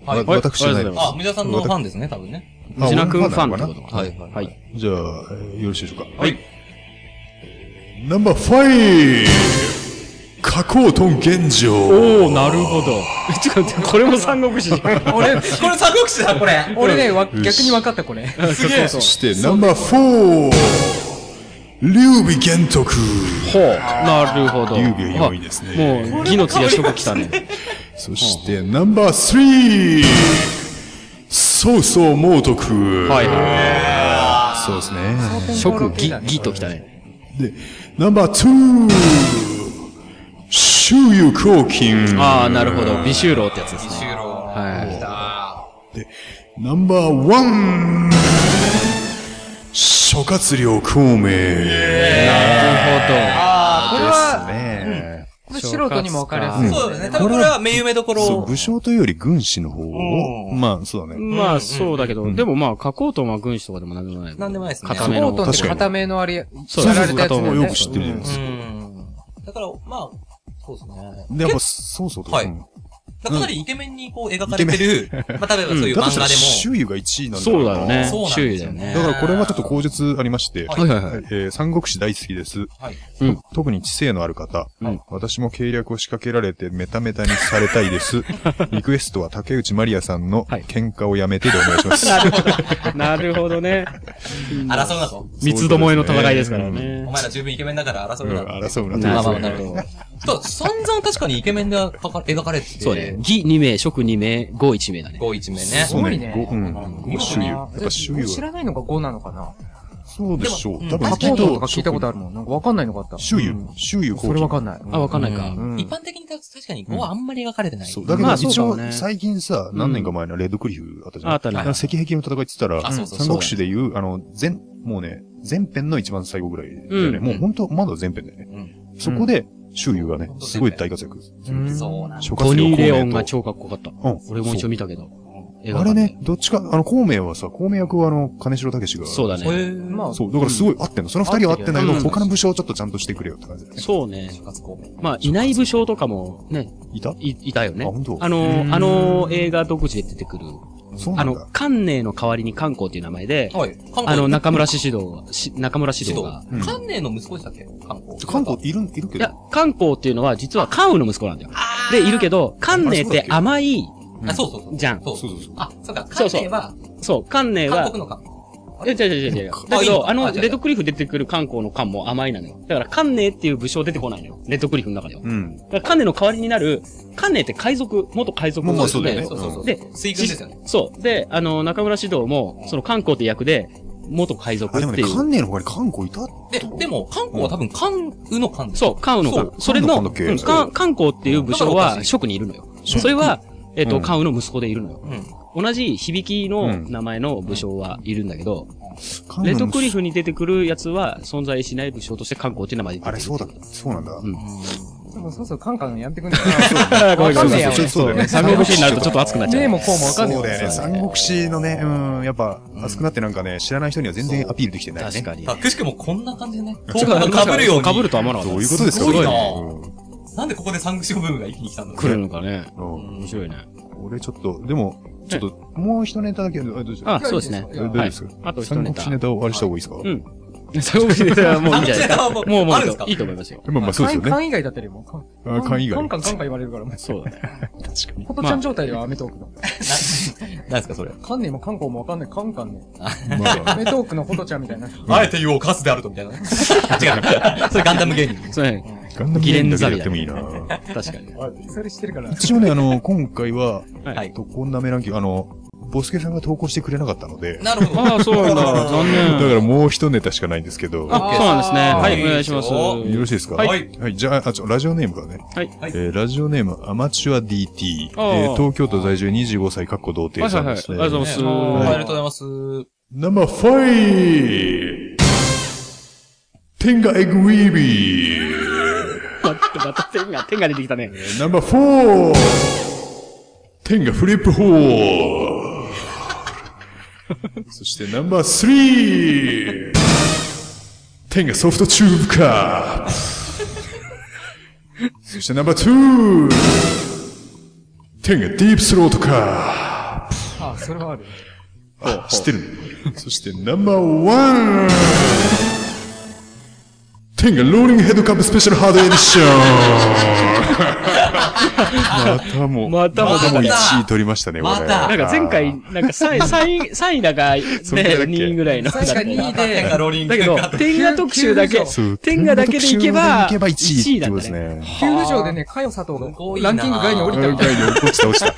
[SPEAKER 7] はい
[SPEAKER 6] わ私じゃないです。
[SPEAKER 7] あ、無駄さんのファンですね、多分ね。
[SPEAKER 6] あ
[SPEAKER 5] 藤名くんファンっ
[SPEAKER 6] 俺
[SPEAKER 5] てこ
[SPEAKER 6] のな
[SPEAKER 5] と
[SPEAKER 6] の
[SPEAKER 5] か。
[SPEAKER 7] はいはいはい
[SPEAKER 5] はい。
[SPEAKER 6] じゃあ、えーよろしいでしょうか。
[SPEAKER 5] はい。
[SPEAKER 6] ナンバーファイ加工トン現状。
[SPEAKER 5] おー、なるほど。 ちょっと待って、これも三国志じゃん。
[SPEAKER 4] 俺、
[SPEAKER 7] これ三国志だ、これ。
[SPEAKER 4] 俺ね、わ逆に分かった、これ。
[SPEAKER 5] すげえ。
[SPEAKER 6] そして、ナンバーフォー劉備玄徳。
[SPEAKER 5] ほう。なるほど。
[SPEAKER 6] 劉備が4位ですね。
[SPEAKER 5] もう、義の次は諸国来たね。
[SPEAKER 6] そして、ナンバースリー曹操猛徳。
[SPEAKER 5] はいは
[SPEAKER 6] そうですね。
[SPEAKER 5] い。諸国、義、義と来たね。
[SPEAKER 6] で、ナンバーツー、周遊黄金。
[SPEAKER 5] あー、なるほど。美修楼ってやつですね。
[SPEAKER 7] 終了
[SPEAKER 5] は
[SPEAKER 6] ナンバーワン、諸葛亮孔明。
[SPEAKER 4] こ
[SPEAKER 5] い。
[SPEAKER 4] れは、
[SPEAKER 6] ね
[SPEAKER 4] これ素人にも分かりやす
[SPEAKER 5] う
[SPEAKER 4] い。
[SPEAKER 7] そうだね。多分これは目夢どころ
[SPEAKER 6] そう、
[SPEAKER 7] を。
[SPEAKER 6] 武将というより軍師の方を、まあ、そうだね。
[SPEAKER 5] まあ、そうだけど、でもまあ、加工トンは軍師とかでもなんでもない。
[SPEAKER 7] なんでもないですね
[SPEAKER 5] 固
[SPEAKER 4] コ
[SPEAKER 5] めの
[SPEAKER 4] ー。トンっ
[SPEAKER 6] 確か
[SPEAKER 4] て
[SPEAKER 6] に
[SPEAKER 4] 固めのあれ、や
[SPEAKER 5] そう
[SPEAKER 4] られたやつだ
[SPEAKER 6] も
[SPEAKER 4] よ
[SPEAKER 6] う
[SPEAKER 4] ね。
[SPEAKER 6] よく知ってるじゃないで
[SPEAKER 7] う
[SPEAKER 6] すか。
[SPEAKER 7] ん。だから、まあ、そうですね。
[SPEAKER 6] で、やっぱ、そうそうとか。
[SPEAKER 7] はい
[SPEAKER 6] うん
[SPEAKER 7] かなりイケメンにこう描かれてる、まあ、例えばそういう
[SPEAKER 6] だとした
[SPEAKER 7] 漫画
[SPEAKER 6] ら、
[SPEAKER 7] でも。
[SPEAKER 6] 周遊が1位なんだ
[SPEAKER 5] そうだよね。
[SPEAKER 7] そうなん
[SPEAKER 5] 周
[SPEAKER 7] で
[SPEAKER 5] 囲
[SPEAKER 7] す
[SPEAKER 5] だよ
[SPEAKER 7] よね
[SPEAKER 5] ね。
[SPEAKER 6] だからこれはちょっと口述ありまして、
[SPEAKER 7] はい
[SPEAKER 5] はいはいはい。
[SPEAKER 6] えー三国志大好きです。
[SPEAKER 7] はい
[SPEAKER 5] うん
[SPEAKER 6] 特に知性のある方、
[SPEAKER 5] うん
[SPEAKER 6] 私も計略を仕掛けられてメタメタにされたいです。リクエストは竹内まりやさんの
[SPEAKER 5] はい
[SPEAKER 6] 喧嘩をやめてでお願いします。
[SPEAKER 5] なるほどね。
[SPEAKER 7] 争うなと。
[SPEAKER 5] 三つどもえの戦いですからね
[SPEAKER 7] お。前ら十分イケメンだから争
[SPEAKER 6] う
[SPEAKER 7] うんなと。
[SPEAKER 6] 争う
[SPEAKER 5] な
[SPEAKER 6] な
[SPEAKER 7] ま
[SPEAKER 5] るほ
[SPEAKER 6] と
[SPEAKER 7] あま
[SPEAKER 5] ど
[SPEAKER 7] あ、なるほど。そう、散々確かにイケメンで描か描かれてて。
[SPEAKER 5] そうね。。義2名、職2名、語1名だね。
[SPEAKER 7] 5、1名ね。
[SPEAKER 6] そう
[SPEAKER 4] す
[SPEAKER 6] ね
[SPEAKER 4] ごいね。
[SPEAKER 6] ごうん。ご周遊。やっぱ周遊
[SPEAKER 4] 知
[SPEAKER 6] は。
[SPEAKER 4] らないのが5なのかな
[SPEAKER 6] そうでしょう。多分、
[SPEAKER 4] 加藤とか聞いたこと
[SPEAKER 6] あ
[SPEAKER 4] あるもん。なんか分かんないのがあった。
[SPEAKER 6] 周遊
[SPEAKER 4] うん。
[SPEAKER 6] 周遊
[SPEAKER 4] それ分かんない。
[SPEAKER 5] あ、わかんない
[SPEAKER 7] うん
[SPEAKER 5] か。
[SPEAKER 4] うん
[SPEAKER 7] 一般的に確かに5はあんまり描かれてない。
[SPEAKER 6] そう。だけど
[SPEAKER 5] まあ、そう
[SPEAKER 6] 一
[SPEAKER 5] かも
[SPEAKER 6] 応
[SPEAKER 5] ね、
[SPEAKER 6] 最近さ、何年か前のレッドクリフあったじゃん。
[SPEAKER 5] あったね
[SPEAKER 6] の石壁の戦いって言ったら、
[SPEAKER 7] あそうそう
[SPEAKER 6] 三国志でいう、あの、全、もうね、前編の一番最後ぐらいだよね。
[SPEAKER 5] うん
[SPEAKER 6] もう本当まだ前編だよね。そこで、周遊がね
[SPEAKER 7] う、ん
[SPEAKER 6] すごい大活躍。
[SPEAKER 4] うん
[SPEAKER 7] そうなんだ。
[SPEAKER 6] 諸
[SPEAKER 5] ト
[SPEAKER 6] 葛亮
[SPEAKER 5] ニー・レオ
[SPEAKER 6] 孔
[SPEAKER 5] ン
[SPEAKER 6] 明
[SPEAKER 5] が
[SPEAKER 6] と。
[SPEAKER 5] 超かっこよかった。
[SPEAKER 6] うん
[SPEAKER 5] 俺も一応見たけど。映画
[SPEAKER 6] あ
[SPEAKER 5] 館
[SPEAKER 6] れ
[SPEAKER 5] で
[SPEAKER 6] ね、。どっちか、あの、孔明はさ、孔明役はあの、金城武が。
[SPEAKER 5] そうだ
[SPEAKER 7] へ
[SPEAKER 5] ね。
[SPEAKER 7] ー
[SPEAKER 4] まあ、
[SPEAKER 6] そう、だからすごい合ってんの。その二人は合ってんだけど
[SPEAKER 5] う、ん
[SPEAKER 6] 他の武将をちょっとちゃんとしてくれよって感じだよね。
[SPEAKER 5] そうね。
[SPEAKER 7] 諸葛孔明
[SPEAKER 5] まあ、いない武将とかもね、
[SPEAKER 6] いた
[SPEAKER 5] い、いたよね。
[SPEAKER 6] あ本当
[SPEAKER 5] あの、あの映画独自で出てくる。
[SPEAKER 6] そうな
[SPEAKER 5] あ
[SPEAKER 6] ん
[SPEAKER 5] の
[SPEAKER 6] だ、。
[SPEAKER 5] 関寧の代わりに関公っていう名前で、
[SPEAKER 7] はい。
[SPEAKER 5] あの、中村獅子堂が、し中村獅
[SPEAKER 7] 指
[SPEAKER 5] 童
[SPEAKER 7] 導
[SPEAKER 5] が。。
[SPEAKER 7] 関連の息子でしたっけ関公。
[SPEAKER 6] 韓国いる、いるけ
[SPEAKER 5] い
[SPEAKER 6] ど
[SPEAKER 5] や。、関公っていうのは実は関羽の息子なんだよ。で、いるけど、関寧って甘い
[SPEAKER 7] あ、そうそうそう。
[SPEAKER 5] じゃん
[SPEAKER 7] そう
[SPEAKER 6] そ
[SPEAKER 7] そう
[SPEAKER 6] そ
[SPEAKER 7] う
[SPEAKER 6] うそう
[SPEAKER 7] あ、そうか。
[SPEAKER 5] そ
[SPEAKER 7] 関
[SPEAKER 5] うそう
[SPEAKER 7] 西は、
[SPEAKER 5] そう、関寧
[SPEAKER 7] 韓
[SPEAKER 5] は
[SPEAKER 7] 国、の韓
[SPEAKER 5] え、違う違う違う違う。だけど、あの、レッドクリフ出てくる漢光の漢も甘いなのよ。だから、関寧っていう武将出てこないのよ。レッドクリフの中では。
[SPEAKER 6] うん。
[SPEAKER 5] だから、関寧の代わりになる、関寧って海賊、元海賊
[SPEAKER 6] ま
[SPEAKER 5] の
[SPEAKER 6] あ
[SPEAKER 5] 人
[SPEAKER 6] そうだよね
[SPEAKER 5] で、
[SPEAKER 7] そうそうそう。
[SPEAKER 5] で
[SPEAKER 7] 水軍ですよね。
[SPEAKER 5] そう。で、あの、中村獅童も、その漢光って役で、元海賊
[SPEAKER 6] あ、
[SPEAKER 5] っ
[SPEAKER 6] でも
[SPEAKER 5] て
[SPEAKER 6] ね、
[SPEAKER 5] い
[SPEAKER 6] カ
[SPEAKER 5] う。
[SPEAKER 6] ンネの他にカンコいた
[SPEAKER 7] で、でも、韓国は多分、韓うの韓です
[SPEAKER 5] そう、関羽の
[SPEAKER 7] そ
[SPEAKER 5] 漢
[SPEAKER 7] う。
[SPEAKER 5] それの、
[SPEAKER 6] 関
[SPEAKER 5] う
[SPEAKER 6] 羽の関だっ
[SPEAKER 5] ん
[SPEAKER 6] け
[SPEAKER 5] 関関光っていう武将
[SPEAKER 7] う
[SPEAKER 5] は、
[SPEAKER 7] ん
[SPEAKER 5] 職にいるのよ。それは、えっ
[SPEAKER 6] う
[SPEAKER 5] と、
[SPEAKER 6] ん
[SPEAKER 5] 関羽の息子でいるのよ。
[SPEAKER 7] う。うん。
[SPEAKER 5] 同じ響き
[SPEAKER 6] う
[SPEAKER 5] の
[SPEAKER 6] ん
[SPEAKER 5] 名前の武将はいるんだけど、
[SPEAKER 6] カン
[SPEAKER 5] レ
[SPEAKER 6] ネ
[SPEAKER 5] ッド
[SPEAKER 6] の
[SPEAKER 5] クリフに出てくるやつは存在しない武将として関光って名前で出て
[SPEAKER 6] あ
[SPEAKER 5] くる。
[SPEAKER 6] れ、そうだ。そうなんだ。
[SPEAKER 5] ん
[SPEAKER 4] でもそろそろカンカンやめてくんね
[SPEAKER 5] あごめんご
[SPEAKER 4] わか
[SPEAKER 5] めん
[SPEAKER 4] んねえや
[SPEAKER 5] ごめん
[SPEAKER 6] そうだよね
[SPEAKER 5] 三国志になるとちょっと熱くな
[SPEAKER 4] え
[SPEAKER 5] っち
[SPEAKER 4] な。
[SPEAKER 5] ゃ
[SPEAKER 4] ね
[SPEAKER 5] う。
[SPEAKER 4] もこうもわかんねえよ
[SPEAKER 6] そうだよね。三国志のね、うん、やっぱ、熱くなってなんかね、知らない人には全然アピールできてないね。
[SPEAKER 5] 確かに。
[SPEAKER 7] あ、くしくもこんな感じでね、東京が被るように。
[SPEAKER 5] 被るとは思わなかった。
[SPEAKER 6] どういうことですか
[SPEAKER 7] すごいな
[SPEAKER 6] こ
[SPEAKER 7] なんでここで三国志ブームが一気に来たんだろう
[SPEAKER 5] 来るのかね。
[SPEAKER 6] れうん
[SPEAKER 5] 面白いね。
[SPEAKER 6] 俺ちょっと、でも、ちょっと、もう一ネタだけ、あどうしよう
[SPEAKER 5] あ、そうですね。
[SPEAKER 6] えどう
[SPEAKER 5] はい
[SPEAKER 6] です。
[SPEAKER 5] あと一
[SPEAKER 6] 三
[SPEAKER 5] ネ
[SPEAKER 6] 国
[SPEAKER 5] タ
[SPEAKER 6] 志。ネタをあれした方がいいですか
[SPEAKER 5] うん。三国志ネタはもういいんじゃないですか。
[SPEAKER 7] あ三国志ネタはもう
[SPEAKER 5] もうも
[SPEAKER 7] あるんです
[SPEAKER 5] う
[SPEAKER 7] か
[SPEAKER 5] いいと思いますよ。
[SPEAKER 6] まあまあそうですよね
[SPEAKER 4] カ。ン以外だったりも。カン
[SPEAKER 6] あカン以
[SPEAKER 4] カン。
[SPEAKER 6] 外
[SPEAKER 4] カンカンカン言われるから、もう。
[SPEAKER 5] そうだね。
[SPEAKER 4] ホトちゃん状態ではアメトークだ。
[SPEAKER 7] なんですか、それ。
[SPEAKER 4] カンネもカンコもわかんない。カンカンね。
[SPEAKER 6] まあま
[SPEAKER 4] ア
[SPEAKER 6] あ
[SPEAKER 4] メトークのホトちゃんみたいな。
[SPEAKER 7] あえて言おう、カスであると、みた いな。違う。それガンダム芸人。
[SPEAKER 5] そうね。
[SPEAKER 6] ガンダムゲームだけでやってもいいな。
[SPEAKER 5] 確かに。
[SPEAKER 4] それしてる から。
[SPEAKER 6] 一応ね、あの、今回は、
[SPEAKER 7] はい。
[SPEAKER 6] とこんなメランキング、あの、ボスケさんが投稿してくれなかったので、
[SPEAKER 7] なるほど。
[SPEAKER 5] ああ、そうなん だ。残
[SPEAKER 6] だか
[SPEAKER 5] 念。
[SPEAKER 6] らもう一ネタしかないんですけど、
[SPEAKER 5] あ、そうなんですね。
[SPEAKER 7] あー
[SPEAKER 5] はい、お願いします。
[SPEAKER 7] い
[SPEAKER 6] よろしいですか
[SPEAKER 7] はい
[SPEAKER 6] はい、じゃあ、あ、ちょ、ラジオネームからね。
[SPEAKER 5] はい。
[SPEAKER 7] はい
[SPEAKER 6] えーラジオネーム、アマチュア DT。
[SPEAKER 5] あー
[SPEAKER 6] えー東京都在住25歳、かっこ童
[SPEAKER 5] は
[SPEAKER 6] 貞
[SPEAKER 5] いは
[SPEAKER 6] さ
[SPEAKER 5] い
[SPEAKER 6] ん
[SPEAKER 5] はい。あ
[SPEAKER 6] で
[SPEAKER 5] りが
[SPEAKER 6] す
[SPEAKER 5] と
[SPEAKER 6] ね。
[SPEAKER 5] うございます。
[SPEAKER 7] お
[SPEAKER 5] は
[SPEAKER 7] め
[SPEAKER 5] い
[SPEAKER 7] でとうございます。
[SPEAKER 6] ナンバーファイ天下エグウィービー
[SPEAKER 5] 待って、また手が、手が出てきたね。
[SPEAKER 6] ナンバーフォー天下フリップホー ルそしてナンバースリー天下ソフトチューブカープ そしてナンバーツー天下ディープスロートカー
[SPEAKER 4] あ、それはある。
[SPEAKER 6] あ、知ってる のそしてナンバーワン天がローリングヘッドカップスペシャルハードエディションまたも、
[SPEAKER 5] またも
[SPEAKER 6] またも
[SPEAKER 7] 出た
[SPEAKER 6] 1位取りましたね、これ
[SPEAKER 7] また
[SPEAKER 5] なんか前回、なんか3位、3位、3位 だか、ね、
[SPEAKER 6] そんなだっけ
[SPEAKER 5] 2位ぐらいの。
[SPEAKER 4] 確かに
[SPEAKER 5] だ
[SPEAKER 4] い
[SPEAKER 5] っ
[SPEAKER 4] いで
[SPEAKER 7] 天下ローリン
[SPEAKER 5] た
[SPEAKER 7] グ
[SPEAKER 5] だけ ど、天下特集だけ
[SPEAKER 4] 急、
[SPEAKER 6] そう
[SPEAKER 5] 天下だけでいけば、
[SPEAKER 6] 天下特集だけでいけば1位ってことです
[SPEAKER 5] 1位だっ
[SPEAKER 6] ね。
[SPEAKER 4] 急浮上でね、かよ佐藤
[SPEAKER 7] すご
[SPEAKER 4] が
[SPEAKER 7] いな
[SPEAKER 4] ランキング外に降りた
[SPEAKER 6] うん
[SPEAKER 4] か
[SPEAKER 6] 外に落ちた落ちた。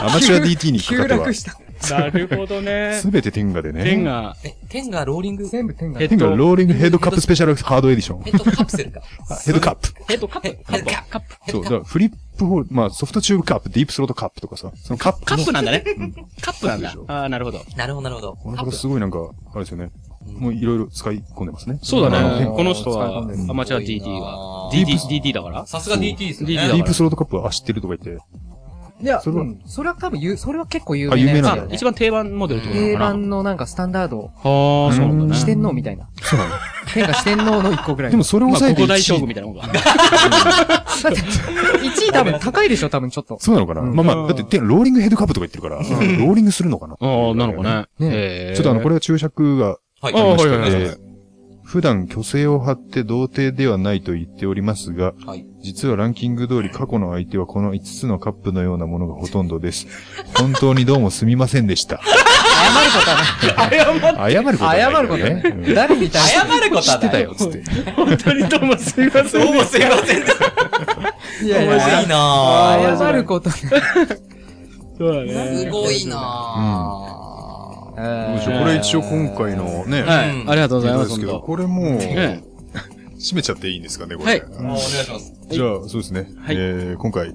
[SPEAKER 6] アマチュア DT に引っ
[SPEAKER 4] 急
[SPEAKER 6] かかっ
[SPEAKER 4] 落
[SPEAKER 6] て
[SPEAKER 4] した。
[SPEAKER 5] たね。なるほどね
[SPEAKER 6] は、。すべて天下でね。
[SPEAKER 5] 天。下、
[SPEAKER 7] 天下ローリング、
[SPEAKER 4] 全部天が。
[SPEAKER 5] ヘッ
[SPEAKER 6] 天下
[SPEAKER 5] ド、
[SPEAKER 6] ローリングヘッドカップスペシャルハードエディション。
[SPEAKER 7] ヘッドカプセルか。
[SPEAKER 6] ヘッドカップ。
[SPEAKER 5] ヘッドカップ。カップ。
[SPEAKER 7] カップ。
[SPEAKER 6] そう、だからフリップホール、まあソフトチューブカップ、ディープスロートカップとかさ、そのカップの。
[SPEAKER 5] カップなんだね。 カップなんだ
[SPEAKER 6] カップで。しょ
[SPEAKER 5] ああ、なるほど。
[SPEAKER 7] なるほど、なるほど。
[SPEAKER 6] この方すごいなんか、あれですよね。もういろいろ使い込んでますね。
[SPEAKER 5] そうだね。
[SPEAKER 6] あの
[SPEAKER 5] この人は、
[SPEAKER 4] 使い
[SPEAKER 5] ア
[SPEAKER 4] 込んでる
[SPEAKER 5] マチュア DT は。DT、DT だから
[SPEAKER 7] さすが DT ですね。
[SPEAKER 5] DT だ
[SPEAKER 6] デ
[SPEAKER 5] か
[SPEAKER 6] ィ
[SPEAKER 5] ら
[SPEAKER 6] ープスロートカップは知ってるとか言って。
[SPEAKER 4] いや、
[SPEAKER 6] それ
[SPEAKER 4] う
[SPEAKER 6] は
[SPEAKER 4] ん。それは多分言う、それは結構有
[SPEAKER 6] あ有名
[SPEAKER 4] 名
[SPEAKER 6] な
[SPEAKER 4] なんん
[SPEAKER 6] だ
[SPEAKER 4] だ
[SPEAKER 5] あ
[SPEAKER 4] よ、ね
[SPEAKER 5] 一。番定番モデルってことなの
[SPEAKER 4] 定
[SPEAKER 5] かな。
[SPEAKER 4] 番のなんかスタンダード、
[SPEAKER 5] はあ、そうなんだ
[SPEAKER 4] 四
[SPEAKER 5] ね。
[SPEAKER 4] 天王みたいな。
[SPEAKER 6] そうなの。
[SPEAKER 4] 天下四天王の一個ぐらい。
[SPEAKER 6] でもそれを
[SPEAKER 5] まあ、
[SPEAKER 6] 抑え
[SPEAKER 5] こ
[SPEAKER 6] て
[SPEAKER 5] こ大
[SPEAKER 6] 1
[SPEAKER 5] 将
[SPEAKER 6] 位。
[SPEAKER 5] 軍みたいなもんか。
[SPEAKER 4] だって、1位多分高いでしょ、多分ちょっと。
[SPEAKER 6] そうなのかなまあまあ、だって天、ローリングヘッドカップとか言ってるから、ローリングするのかな
[SPEAKER 5] ああ、なのかね。
[SPEAKER 4] ね
[SPEAKER 5] へえ
[SPEAKER 6] ちょっとあの、これは注釈が
[SPEAKER 5] あ
[SPEAKER 6] あ
[SPEAKER 7] はい。
[SPEAKER 6] り
[SPEAKER 5] は
[SPEAKER 6] ま
[SPEAKER 5] い
[SPEAKER 6] し
[SPEAKER 5] はいはい
[SPEAKER 6] て、普段虚勢を張って童貞ではないと言っておりますが、
[SPEAKER 7] はい。
[SPEAKER 6] 実はランキング通り過去の相手はこの5つのカップのようなものがほとんどです。本当にどうもすみませんでした。謝ることはない。謝ること謝ることね。
[SPEAKER 4] 誰に対し
[SPEAKER 7] 謝
[SPEAKER 4] て
[SPEAKER 7] ること
[SPEAKER 6] 知
[SPEAKER 7] は
[SPEAKER 6] ってた
[SPEAKER 7] ない。
[SPEAKER 6] よ、つって。
[SPEAKER 5] 本当にどうもすいません。
[SPEAKER 7] どうもすいませんでした。
[SPEAKER 4] いやい
[SPEAKER 7] すごい
[SPEAKER 4] や、
[SPEAKER 7] なぁ。
[SPEAKER 4] 謝ることない。
[SPEAKER 5] そうだね。
[SPEAKER 7] すごいなぁ。
[SPEAKER 6] どうでしょうこれ一応今回のね、
[SPEAKER 5] はい。
[SPEAKER 7] うん
[SPEAKER 5] ありがとうございま、
[SPEAKER 6] ですすけど、
[SPEAKER 5] 本
[SPEAKER 6] これもう、
[SPEAKER 5] 当。ね
[SPEAKER 6] 締めちゃっていいんですかね、これ。
[SPEAKER 5] はい
[SPEAKER 7] もうお願いします。
[SPEAKER 6] じゃあ、そうですね。
[SPEAKER 5] はい
[SPEAKER 6] えー今回、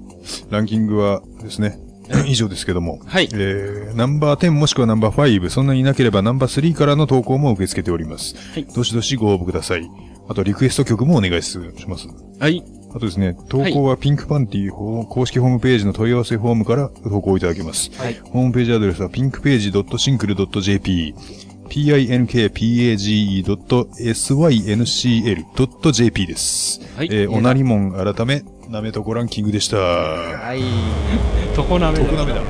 [SPEAKER 6] ランキングはですね、 以上ですけども、
[SPEAKER 5] はい
[SPEAKER 6] えーナンバー10もしくはナンバー5、そんなにいなければナンバー3からの投稿も受け付けております。
[SPEAKER 5] はい
[SPEAKER 6] どしどしご応募ください。あと、リクエスト曲もお願いします。
[SPEAKER 5] はい。
[SPEAKER 6] あとですね、投稿はピンクパンティー公式ホームページの問い合わせフォームから投稿いただけます。ホームページアドレスは pinkpage.syncl.jp pinkpage.syncl.jp です。
[SPEAKER 5] はい
[SPEAKER 6] えーおなりもん改め、なめとこランキングでした。
[SPEAKER 4] はい。
[SPEAKER 5] 床鍋だ。
[SPEAKER 6] ダメだ。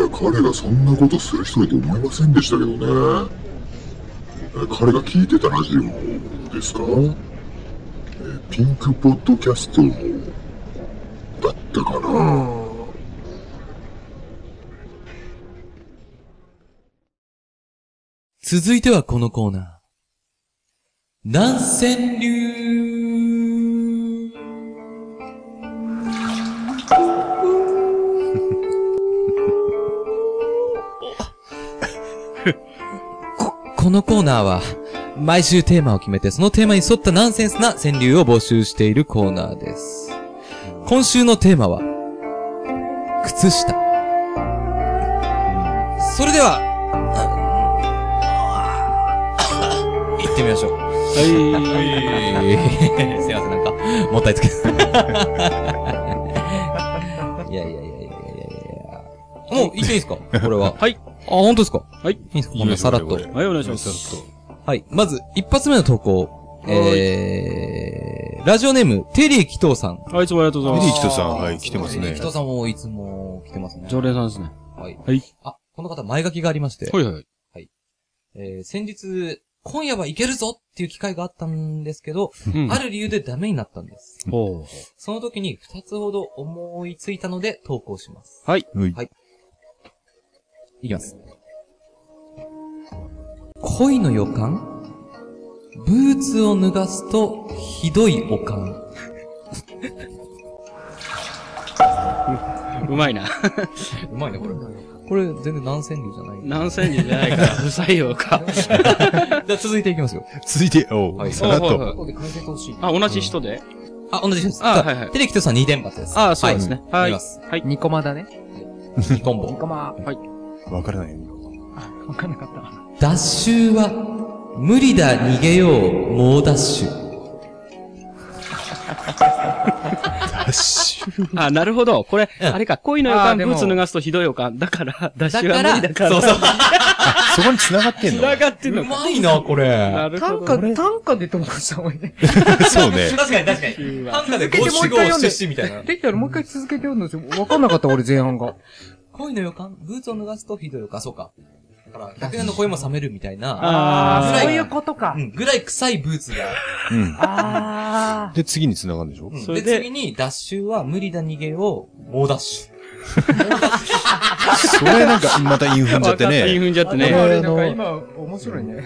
[SPEAKER 1] いや、彼がそんなことする人だと思いませんでしたけどね。え彼が聞いてたラジオですかえピンクポッドキャストだ
[SPEAKER 9] っ
[SPEAKER 1] っ
[SPEAKER 9] たかな。
[SPEAKER 7] 続いてはこのコーナー。南千流こ、このコーナーは、毎週テーマを決めて、そのテーマに沿ったナンセンスな川柳を募集しているコーナーです。今週のテーマは、靴下。それでは、行ってみましょう。 はい。すいません、なんか、もったいつけ。いやいやいやいやいやいやもう、行っていいですかこれは。
[SPEAKER 5] はい。
[SPEAKER 7] あ、本当ですか
[SPEAKER 5] はい
[SPEAKER 7] いいですかこんなさらっと。
[SPEAKER 5] はい、お願いします。
[SPEAKER 7] はい。まず、一発目の投稿。えー、ラジオネーム、テリー紀藤さん。
[SPEAKER 5] はい、いつもありがとうござい
[SPEAKER 6] リ
[SPEAKER 5] ま
[SPEAKER 6] ー
[SPEAKER 5] す。
[SPEAKER 6] 紀藤さんはい来てますね
[SPEAKER 7] テリー紀藤さんもいつも来てますね。
[SPEAKER 5] 常連さんですね。
[SPEAKER 7] はい。
[SPEAKER 5] はい。
[SPEAKER 7] あ、この方、前書きがありまして。
[SPEAKER 5] はいはい。
[SPEAKER 7] えー、先日、今夜はいけるぞっていう機会があったんですけど、
[SPEAKER 5] うん
[SPEAKER 7] ある理由でダメになったんです。
[SPEAKER 5] おう
[SPEAKER 7] その時に二つほど思いついたので投稿します。
[SPEAKER 6] うい
[SPEAKER 7] はいいきます。恋の予感ブーツを脱がすと、ひどいおかん。
[SPEAKER 5] うまいな。
[SPEAKER 7] うまいね、これ。これ、全然南千流じゃない。
[SPEAKER 5] 何千人じゃない から、不採用か。
[SPEAKER 7] じゃあ続いていきますよ。
[SPEAKER 6] 続いて、おう、
[SPEAKER 7] はい
[SPEAKER 6] さらっ
[SPEAKER 5] おうお
[SPEAKER 6] と。
[SPEAKER 5] うおう
[SPEAKER 4] こで完成投資。
[SPEAKER 5] あ、同じ人で
[SPEAKER 7] あ、同じです。
[SPEAKER 5] あはいはい
[SPEAKER 7] テレキトさん2連発です。
[SPEAKER 5] あそうですね。
[SPEAKER 7] は。
[SPEAKER 5] はいい
[SPEAKER 7] いきま。す。
[SPEAKER 4] ニコマだね。
[SPEAKER 7] 2コン
[SPEAKER 4] ニ
[SPEAKER 7] ボ。
[SPEAKER 4] コマ。
[SPEAKER 6] わからない。
[SPEAKER 4] わかんなかった。
[SPEAKER 7] ダッシュは、無理だ、逃げよう、猛ダッシュ。
[SPEAKER 5] あ、なるほど。これ、
[SPEAKER 7] うん
[SPEAKER 5] あれか、恋の予
[SPEAKER 4] あー
[SPEAKER 5] 感、
[SPEAKER 4] で
[SPEAKER 5] ブ
[SPEAKER 4] も
[SPEAKER 5] ーツ脱がすとひどい予感。だから、ダッシ
[SPEAKER 7] だ
[SPEAKER 5] ュは
[SPEAKER 7] か
[SPEAKER 5] 無
[SPEAKER 7] ら、
[SPEAKER 5] 理だから。
[SPEAKER 7] そうそう。
[SPEAKER 6] そこに繋がってん の
[SPEAKER 5] 繋がってんの
[SPEAKER 7] う
[SPEAKER 5] か。
[SPEAKER 7] まいな、これ。
[SPEAKER 5] なる
[SPEAKER 4] 短
[SPEAKER 5] ほど。
[SPEAKER 4] 歌、短歌で投稿した方がいいね。
[SPEAKER 6] そうね。
[SPEAKER 7] 確かに確かに。短歌で五七五七七みたいな。
[SPEAKER 4] できたらもう一回続けて読んだんですよ。わかんなかった、俺前半が。
[SPEAKER 7] 恋の予感、ブーツを脱がすとひどい予感、そうか。だから、100年の恋も冷めるみたいな、
[SPEAKER 5] あ
[SPEAKER 7] ー
[SPEAKER 4] そういうことか
[SPEAKER 7] う。ん、ぐらい臭いブーツが。
[SPEAKER 6] うん。
[SPEAKER 4] あ
[SPEAKER 6] で、次に繋がるんでしょ
[SPEAKER 7] うん
[SPEAKER 5] それ
[SPEAKER 7] で、
[SPEAKER 5] で
[SPEAKER 7] 次に、ダッシュは無理だ逃げを、猛ダッシ
[SPEAKER 6] それなんか、またインフ
[SPEAKER 5] あ。
[SPEAKER 6] ンじゃって
[SPEAKER 5] イン
[SPEAKER 6] ね。
[SPEAKER 5] フンじゃって
[SPEAKER 6] あ
[SPEAKER 5] ね。
[SPEAKER 6] の
[SPEAKER 4] あ。なんか今、面白いね。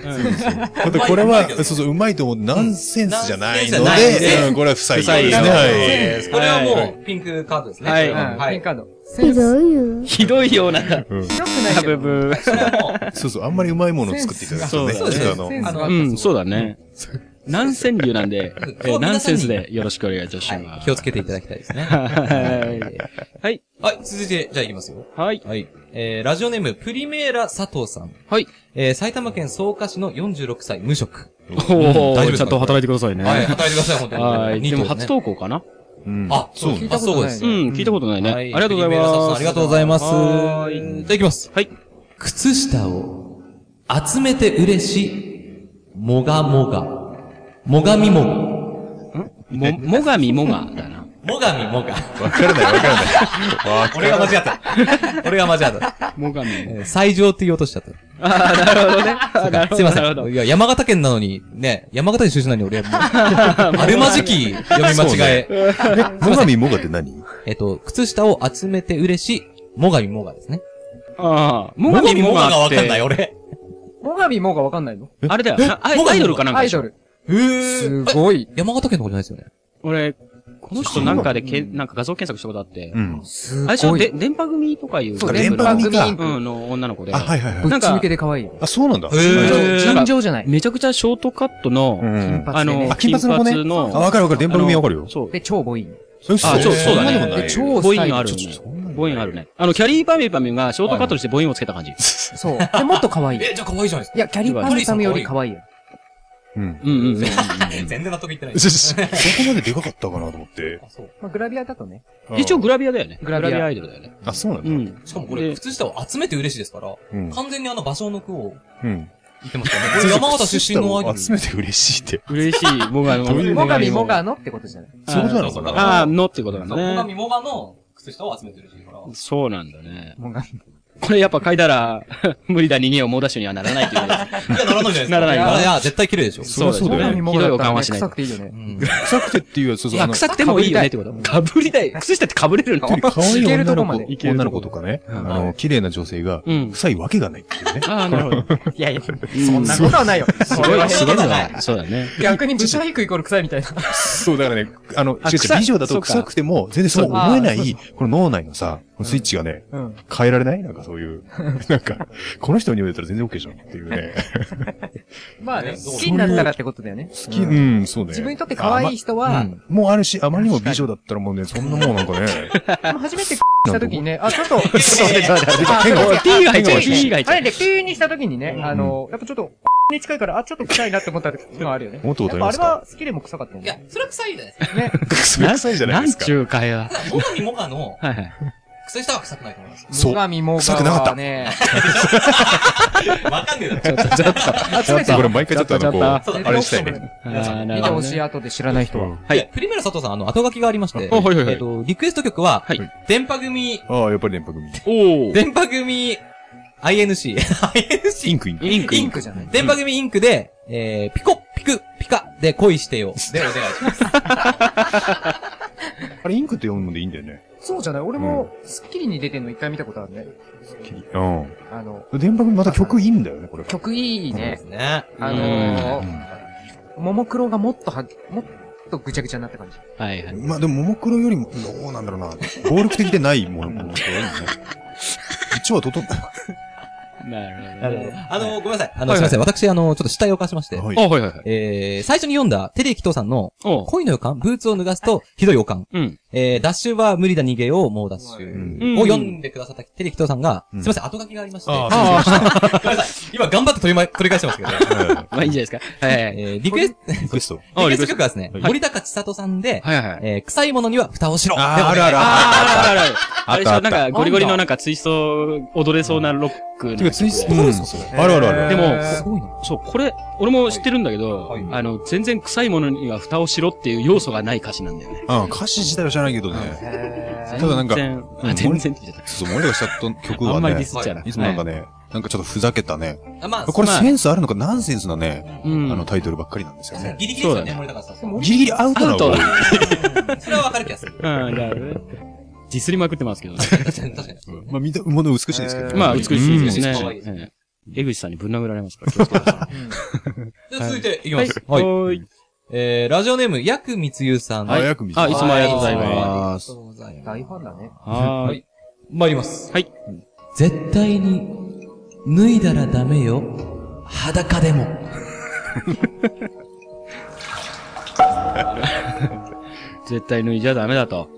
[SPEAKER 6] だってこれは、そうそう、うまいと思う。ナンセンスじゃないの
[SPEAKER 7] うんナンセンスじゃない
[SPEAKER 6] で、うん、これは不採用
[SPEAKER 5] 不採用
[SPEAKER 6] ですね。はい。
[SPEAKER 7] ュ。これはもう、ピンクカードですね。
[SPEAKER 5] はい
[SPEAKER 4] うん
[SPEAKER 7] は
[SPEAKER 4] ピン
[SPEAKER 7] い。
[SPEAKER 4] カード。センス。よ
[SPEAKER 5] ひどいような、ブ
[SPEAKER 4] くないけど
[SPEAKER 5] ブー。
[SPEAKER 7] それはも
[SPEAKER 6] そうそう、あんまりうまいものを作っていただくとね。
[SPEAKER 5] セン
[SPEAKER 7] ス
[SPEAKER 6] ちょ
[SPEAKER 7] が
[SPEAKER 6] っとあの
[SPEAKER 4] センス
[SPEAKER 7] あの
[SPEAKER 5] うん、そうだね。ナンセン流なん で、え
[SPEAKER 7] そ
[SPEAKER 5] ー
[SPEAKER 7] う
[SPEAKER 5] ナ
[SPEAKER 7] 皆
[SPEAKER 5] ンセ
[SPEAKER 7] さんに
[SPEAKER 5] ンスでよろしくお願いいたし
[SPEAKER 7] う、
[SPEAKER 5] ま
[SPEAKER 7] はい
[SPEAKER 5] す。
[SPEAKER 7] 気をつけていただきたいですね。
[SPEAKER 5] はい。はい。
[SPEAKER 7] はい、続いて、じゃあいきますよ。
[SPEAKER 5] はい。
[SPEAKER 7] はい。えー、ラジオネーム、プリメーラ佐藤さん。
[SPEAKER 5] はい。
[SPEAKER 7] えー、埼玉県草加市の46歳、無職。
[SPEAKER 5] お
[SPEAKER 7] 大丈夫で
[SPEAKER 5] ー、
[SPEAKER 7] す
[SPEAKER 5] ちゃんと働いてくださいね。
[SPEAKER 7] はい、働いてください、本当に。
[SPEAKER 5] はい。
[SPEAKER 7] ニ
[SPEAKER 5] で
[SPEAKER 7] ート
[SPEAKER 5] も
[SPEAKER 7] すね
[SPEAKER 5] 初投稿かな
[SPEAKER 6] うん
[SPEAKER 7] あ、
[SPEAKER 6] そう
[SPEAKER 4] 聞い
[SPEAKER 7] あ
[SPEAKER 4] たこ
[SPEAKER 7] そ
[SPEAKER 4] と
[SPEAKER 7] う
[SPEAKER 4] な
[SPEAKER 7] で
[SPEAKER 4] い
[SPEAKER 7] す
[SPEAKER 5] う
[SPEAKER 4] ね。
[SPEAKER 5] ん、聞いたことないね。
[SPEAKER 7] は
[SPEAKER 5] ありがとうございます。
[SPEAKER 7] ありがとうございます。
[SPEAKER 5] は
[SPEAKER 7] じ
[SPEAKER 5] ーい
[SPEAKER 7] ゃあ行きます。
[SPEAKER 5] はい。
[SPEAKER 7] 靴下を集めて嬉しい。もがもが。もがみも
[SPEAKER 5] も、もが みもがだな。
[SPEAKER 7] が。もがみもが。
[SPEAKER 6] わからない、わからない。わ
[SPEAKER 7] 俺が間違 った。俺が間違った。
[SPEAKER 5] もがみも
[SPEAKER 7] えー最上って言おうとしちゃった。
[SPEAKER 5] が。なるほど
[SPEAKER 7] すいませ
[SPEAKER 5] なるほど
[SPEAKER 7] ん。いや、山形県なのに、ね、山形出身なのに俺、もうあるまじき読み間違え。
[SPEAKER 6] かんない。もがみもがって何
[SPEAKER 7] えっと、靴下を集めて嬉しい。もがみもがですね。
[SPEAKER 5] ああ、もがみもが
[SPEAKER 7] が
[SPEAKER 5] っ
[SPEAKER 7] わ
[SPEAKER 5] て。
[SPEAKER 7] かんない、俺。
[SPEAKER 4] もがみもがわかんないの
[SPEAKER 5] あれだよな。アイ
[SPEAKER 7] もがみもが
[SPEAKER 5] アイドルかなんか
[SPEAKER 4] ア
[SPEAKER 5] で
[SPEAKER 4] イ
[SPEAKER 5] し
[SPEAKER 4] ド
[SPEAKER 5] ょ。
[SPEAKER 4] ル。
[SPEAKER 7] え
[SPEAKER 4] すごい。
[SPEAKER 7] 山形県のことじゃないですよね。
[SPEAKER 5] 俺、この人なんかでけ、なんか画像検索したことあって
[SPEAKER 6] う。ん。
[SPEAKER 4] す
[SPEAKER 5] あれでし
[SPEAKER 4] ご
[SPEAKER 5] ょで、
[SPEAKER 4] い。
[SPEAKER 5] 電波組とかいう。
[SPEAKER 4] そう
[SPEAKER 5] グループ
[SPEAKER 6] 電波
[SPEAKER 5] の
[SPEAKER 6] 組か
[SPEAKER 5] うん、の女の子で
[SPEAKER 6] あ、。はいはいはい。
[SPEAKER 4] ぶっち抜けで可愛い。
[SPEAKER 6] あ、そうなんだ。
[SPEAKER 7] へー
[SPEAKER 4] 尋常じゃない。
[SPEAKER 5] めちゃくちゃショートカット
[SPEAKER 6] う
[SPEAKER 5] の、
[SPEAKER 4] 金
[SPEAKER 6] ん。
[SPEAKER 5] あ
[SPEAKER 4] 髪でね
[SPEAKER 5] の、
[SPEAKER 6] あ金
[SPEAKER 5] 金
[SPEAKER 6] 髪の子ね
[SPEAKER 5] 髪の。
[SPEAKER 6] あ、わかるわかる。電波組わかるよ。
[SPEAKER 5] そう。
[SPEAKER 4] で、超ボイン。
[SPEAKER 6] あ、
[SPEAKER 5] あ、そう、そうだ
[SPEAKER 6] そんなでもない
[SPEAKER 5] ね。
[SPEAKER 6] よ
[SPEAKER 4] 超
[SPEAKER 5] 母音ある
[SPEAKER 6] ちょちょそんな
[SPEAKER 5] ね。
[SPEAKER 6] の
[SPEAKER 5] 母音あるね。あの、キャリーパミュパミュがショートカットにして母音をつけた感じ。
[SPEAKER 4] そう。で、もっと可愛い。い
[SPEAKER 7] え、じゃあ可愛いじゃないですか。
[SPEAKER 4] や、キャリーパンサムより可愛いよ。
[SPEAKER 6] うん。
[SPEAKER 5] うんうんうん。
[SPEAKER 7] 全然納得いってない。
[SPEAKER 6] そそそこまででかかったかなと思って。
[SPEAKER 7] あ、そう。
[SPEAKER 4] まあ、グラビアだとね。
[SPEAKER 5] 一応グラビアだよね。
[SPEAKER 4] グラビア
[SPEAKER 5] アイドルだよね。
[SPEAKER 6] あ、そうなん
[SPEAKER 5] う
[SPEAKER 6] だ。
[SPEAKER 5] ん。
[SPEAKER 7] しかもこれ、
[SPEAKER 5] で
[SPEAKER 7] 靴下を集めて嬉しいですから、
[SPEAKER 6] うん
[SPEAKER 7] 完全にあの場所の句を
[SPEAKER 6] うん。
[SPEAKER 7] 言ってますからね。これ山形出身のアイドル。
[SPEAKER 6] 集めて嬉しいって。
[SPEAKER 5] 嬉しい、もがの。
[SPEAKER 6] どういう
[SPEAKER 4] もがみもがのってことじゃない。
[SPEAKER 5] あー
[SPEAKER 6] そういうことなのかな
[SPEAKER 5] ああ、のってことなん
[SPEAKER 7] そう、最
[SPEAKER 5] だね。
[SPEAKER 7] 上もがの靴下を集めて嬉しいから。
[SPEAKER 5] そうなんだね。
[SPEAKER 4] もがみ。
[SPEAKER 5] これやっぱ書いたら、 無理だ人間を猛ダッシュにはならないという。
[SPEAKER 10] いや、ならないじゃないですか。
[SPEAKER 5] ならない
[SPEAKER 7] あ
[SPEAKER 5] よ
[SPEAKER 7] い。や、絶対綺麗でしょ。
[SPEAKER 6] そりゃそうだよね。
[SPEAKER 5] ひどいおかんはしない
[SPEAKER 4] 臭。くていいよね。
[SPEAKER 6] 臭くてっていうやつ、そう
[SPEAKER 5] いや、
[SPEAKER 6] の
[SPEAKER 5] 臭くてもいいよねってこと。かぶりたい。靴下ってかぶれる の
[SPEAKER 6] 可愛い
[SPEAKER 4] いける
[SPEAKER 6] 女
[SPEAKER 4] と
[SPEAKER 6] の
[SPEAKER 4] こま
[SPEAKER 6] 子
[SPEAKER 4] で、
[SPEAKER 6] 女の子とかね、あの、綺麗な女性が
[SPEAKER 5] うん、
[SPEAKER 6] 臭いわけがないっていうね。
[SPEAKER 5] ああ、なるほど。
[SPEAKER 4] いやいや、そんなことはないよ。
[SPEAKER 5] すごい、すごいな。そうだね。
[SPEAKER 4] 逆にブシャイクイコール臭いみたいな。
[SPEAKER 6] そう、だからね、あの、違う違
[SPEAKER 5] 臭
[SPEAKER 6] う
[SPEAKER 5] い
[SPEAKER 6] 美女だと臭くても、全然そう思えない、この脳内のさ、このスイッチがね、
[SPEAKER 4] ん
[SPEAKER 6] 変えられないなんかそう いう、なんか、この人に匂いだったら全然 OK じゃんっていうね。
[SPEAKER 4] まあね、好きになったらってことだよね。
[SPEAKER 6] 好き、うん、そうね。
[SPEAKER 4] 自分にとって可愛い人
[SPEAKER 6] あ
[SPEAKER 4] は、
[SPEAKER 6] まもうあるし、あまりにも美女だったらもうね、そんなもうな んかね、
[SPEAKER 4] でも初めてした時にね、あ、ち ょっと、そうで
[SPEAKER 5] おい T が入っちゃう。T が入っち
[SPEAKER 4] あ
[SPEAKER 5] ゃ
[SPEAKER 4] れで、急にした時にね、あの、やっぱちょっと、に近いから、あ、ちょっと臭いなって思った時もあるよね。
[SPEAKER 6] もっと
[SPEAKER 4] や
[SPEAKER 6] 踊
[SPEAKER 4] っ
[SPEAKER 6] り
[SPEAKER 4] ぱ
[SPEAKER 6] ま
[SPEAKER 4] あ
[SPEAKER 6] す
[SPEAKER 4] れ
[SPEAKER 6] か
[SPEAKER 4] は好きでも臭かったもん
[SPEAKER 10] い
[SPEAKER 4] ね。
[SPEAKER 10] や、それは臭いじゃないですか。
[SPEAKER 6] 臭い臭いじゃ
[SPEAKER 5] う。
[SPEAKER 6] ない
[SPEAKER 5] な
[SPEAKER 6] で
[SPEAKER 5] ん
[SPEAKER 6] すか
[SPEAKER 5] ち。ゅう会話。
[SPEAKER 10] 最上もがの
[SPEAKER 5] はいはい。
[SPEAKER 10] 靴下は臭くないと 思います。
[SPEAKER 6] そう。
[SPEAKER 4] 最上も
[SPEAKER 6] 臭くなかった。
[SPEAKER 4] ね、
[SPEAKER 10] わかんねえだろ。ちょっ
[SPEAKER 6] ちょっとこれ毎回ちょっとあの、こう、
[SPEAKER 5] ち
[SPEAKER 6] あ
[SPEAKER 10] ょっと
[SPEAKER 6] れしたいね。
[SPEAKER 5] あーな
[SPEAKER 4] 見て
[SPEAKER 5] るほど
[SPEAKER 4] ほ
[SPEAKER 5] ね
[SPEAKER 4] しい後で知らない人は。
[SPEAKER 5] はい
[SPEAKER 10] いや
[SPEAKER 7] プリメラ佐藤さん、あの、後書きがありまして、
[SPEAKER 5] あはいはいはい
[SPEAKER 7] えっと、リクエスト曲は、
[SPEAKER 5] はい
[SPEAKER 7] 電波組、
[SPEAKER 6] ああ、やっぱり電波組。
[SPEAKER 5] おお。
[SPEAKER 7] 電波組、INC、
[SPEAKER 6] イ
[SPEAKER 7] INC?
[SPEAKER 6] ンクインク。
[SPEAKER 5] インク。
[SPEAKER 4] インクじゃない。
[SPEAKER 7] 電波組インクで、えー、ピコ、ピク、ピカで恋してよ。
[SPEAKER 10] とでお願いします。
[SPEAKER 6] あれインクって読むんでいいんだよね。
[SPEAKER 4] そうじゃない。俺も、スッキリに出てんの一回見たことあるね。
[SPEAKER 6] う
[SPEAKER 4] あの、
[SPEAKER 6] ん。電波組また曲いいんだよね、これ。
[SPEAKER 4] 曲いいね。
[SPEAKER 7] ね。
[SPEAKER 4] あのー、ももクロがもっとは、もっとぐちゃぐちゃになった感じ。
[SPEAKER 5] はいはい。
[SPEAKER 6] まあでも、ももクロよりも、どうなんだろうな。暴力的でないもの、ものすごいね。一応はとと、は
[SPEAKER 5] なるほど。
[SPEAKER 7] あの、ごめんなさい。あの、
[SPEAKER 5] はいは
[SPEAKER 7] す
[SPEAKER 5] いい
[SPEAKER 7] ません。私、あの、ちょっと死体を犯しまして。
[SPEAKER 6] い。
[SPEAKER 5] あ、はいはいはい。
[SPEAKER 7] えー、最初に読んだ、テレキトさんの、
[SPEAKER 5] おう。
[SPEAKER 7] 恋の予感、ブーツを脱がすと、ひどい予感。
[SPEAKER 5] うん。
[SPEAKER 7] えー、ダッシュは無理だ逃げよう、もうダッシ
[SPEAKER 6] う
[SPEAKER 7] ュ。
[SPEAKER 6] ん
[SPEAKER 5] うん
[SPEAKER 7] を読んでくださったテレキトさんが、
[SPEAKER 6] うん
[SPEAKER 7] すいません、後書きがありまして。
[SPEAKER 10] あ
[SPEAKER 7] ごめんなさい。 今頑張って取 りま、取り返してますけど。
[SPEAKER 5] まあいいんじゃないですか。はいはい。
[SPEAKER 7] えー、リクエスト、
[SPEAKER 6] リクエスト。
[SPEAKER 5] あ
[SPEAKER 7] リク
[SPEAKER 5] リ
[SPEAKER 7] エス
[SPEAKER 5] クエスト
[SPEAKER 7] ト曲はですね、
[SPEAKER 6] はい
[SPEAKER 7] 森高千里さんで、
[SPEAKER 5] はいはい。
[SPEAKER 7] えー、臭いものには蓋をしろ。でお願い
[SPEAKER 6] る
[SPEAKER 5] あーあるあるあるある。あれでし
[SPEAKER 6] あ
[SPEAKER 5] ょ
[SPEAKER 6] った
[SPEAKER 5] な
[SPEAKER 6] あった
[SPEAKER 5] んかゴリゴリのなんかツイスト踊れそうなロック
[SPEAKER 6] てか、
[SPEAKER 5] の。
[SPEAKER 6] ツイストなんですかあるあるある。
[SPEAKER 5] でも
[SPEAKER 7] すごいな。
[SPEAKER 5] そう、これ、俺も知ってるんだけど、
[SPEAKER 10] はいはい
[SPEAKER 5] あの、全然臭いものには蓋をしろっていう要素がない歌詞なんだよね。
[SPEAKER 6] うん、歌詞自体は知らないけどね。ただなんか、
[SPEAKER 5] 全然、あ全然って言っちゃっ
[SPEAKER 6] そう、森田さんの曲
[SPEAKER 5] た。あ
[SPEAKER 6] は
[SPEAKER 5] んまりディ
[SPEAKER 6] ね、
[SPEAKER 5] スっちゃうな。
[SPEAKER 6] いつもなんか
[SPEAKER 5] ね、
[SPEAKER 6] ね、なんかちょっとふざけたね。
[SPEAKER 7] あまあ、
[SPEAKER 6] これ
[SPEAKER 7] まあ
[SPEAKER 6] センスあるのかナンセンスなね、
[SPEAKER 5] う
[SPEAKER 6] あ
[SPEAKER 5] ん。
[SPEAKER 6] のタイトルばっかりなんですよね。
[SPEAKER 7] ギリギリですよね、森高千里さん。
[SPEAKER 6] ギリギリアウトな
[SPEAKER 5] アウト
[SPEAKER 6] 多い
[SPEAKER 7] それはわかる気が する。
[SPEAKER 5] うん、だからね。ディスりまくってますけどね。
[SPEAKER 7] 確かに、確かに。
[SPEAKER 6] まあ、見た、もの美しいですけ ど。
[SPEAKER 5] まあ、美しいです
[SPEAKER 6] うん
[SPEAKER 5] ね
[SPEAKER 7] 可愛いです。
[SPEAKER 5] ええ江口さんにぶん殴られますから気をつけてくださ
[SPEAKER 7] じゃあ続いていきま す。
[SPEAKER 5] い。
[SPEAKER 7] はい。
[SPEAKER 5] はい。
[SPEAKER 7] えー、ラジオネーム、ヤクミツユさん。
[SPEAKER 6] あ、やくみ
[SPEAKER 5] あ、いつもありがとうござい
[SPEAKER 7] は
[SPEAKER 5] ま
[SPEAKER 7] い
[SPEAKER 5] す。
[SPEAKER 7] うございま
[SPEAKER 4] 大ファンだね。
[SPEAKER 5] はーい。
[SPEAKER 7] 参ります。
[SPEAKER 5] はい。
[SPEAKER 7] 絶対に、脱いだらダメよ。裸でも。
[SPEAKER 5] 絶対脱いじゃダメだと。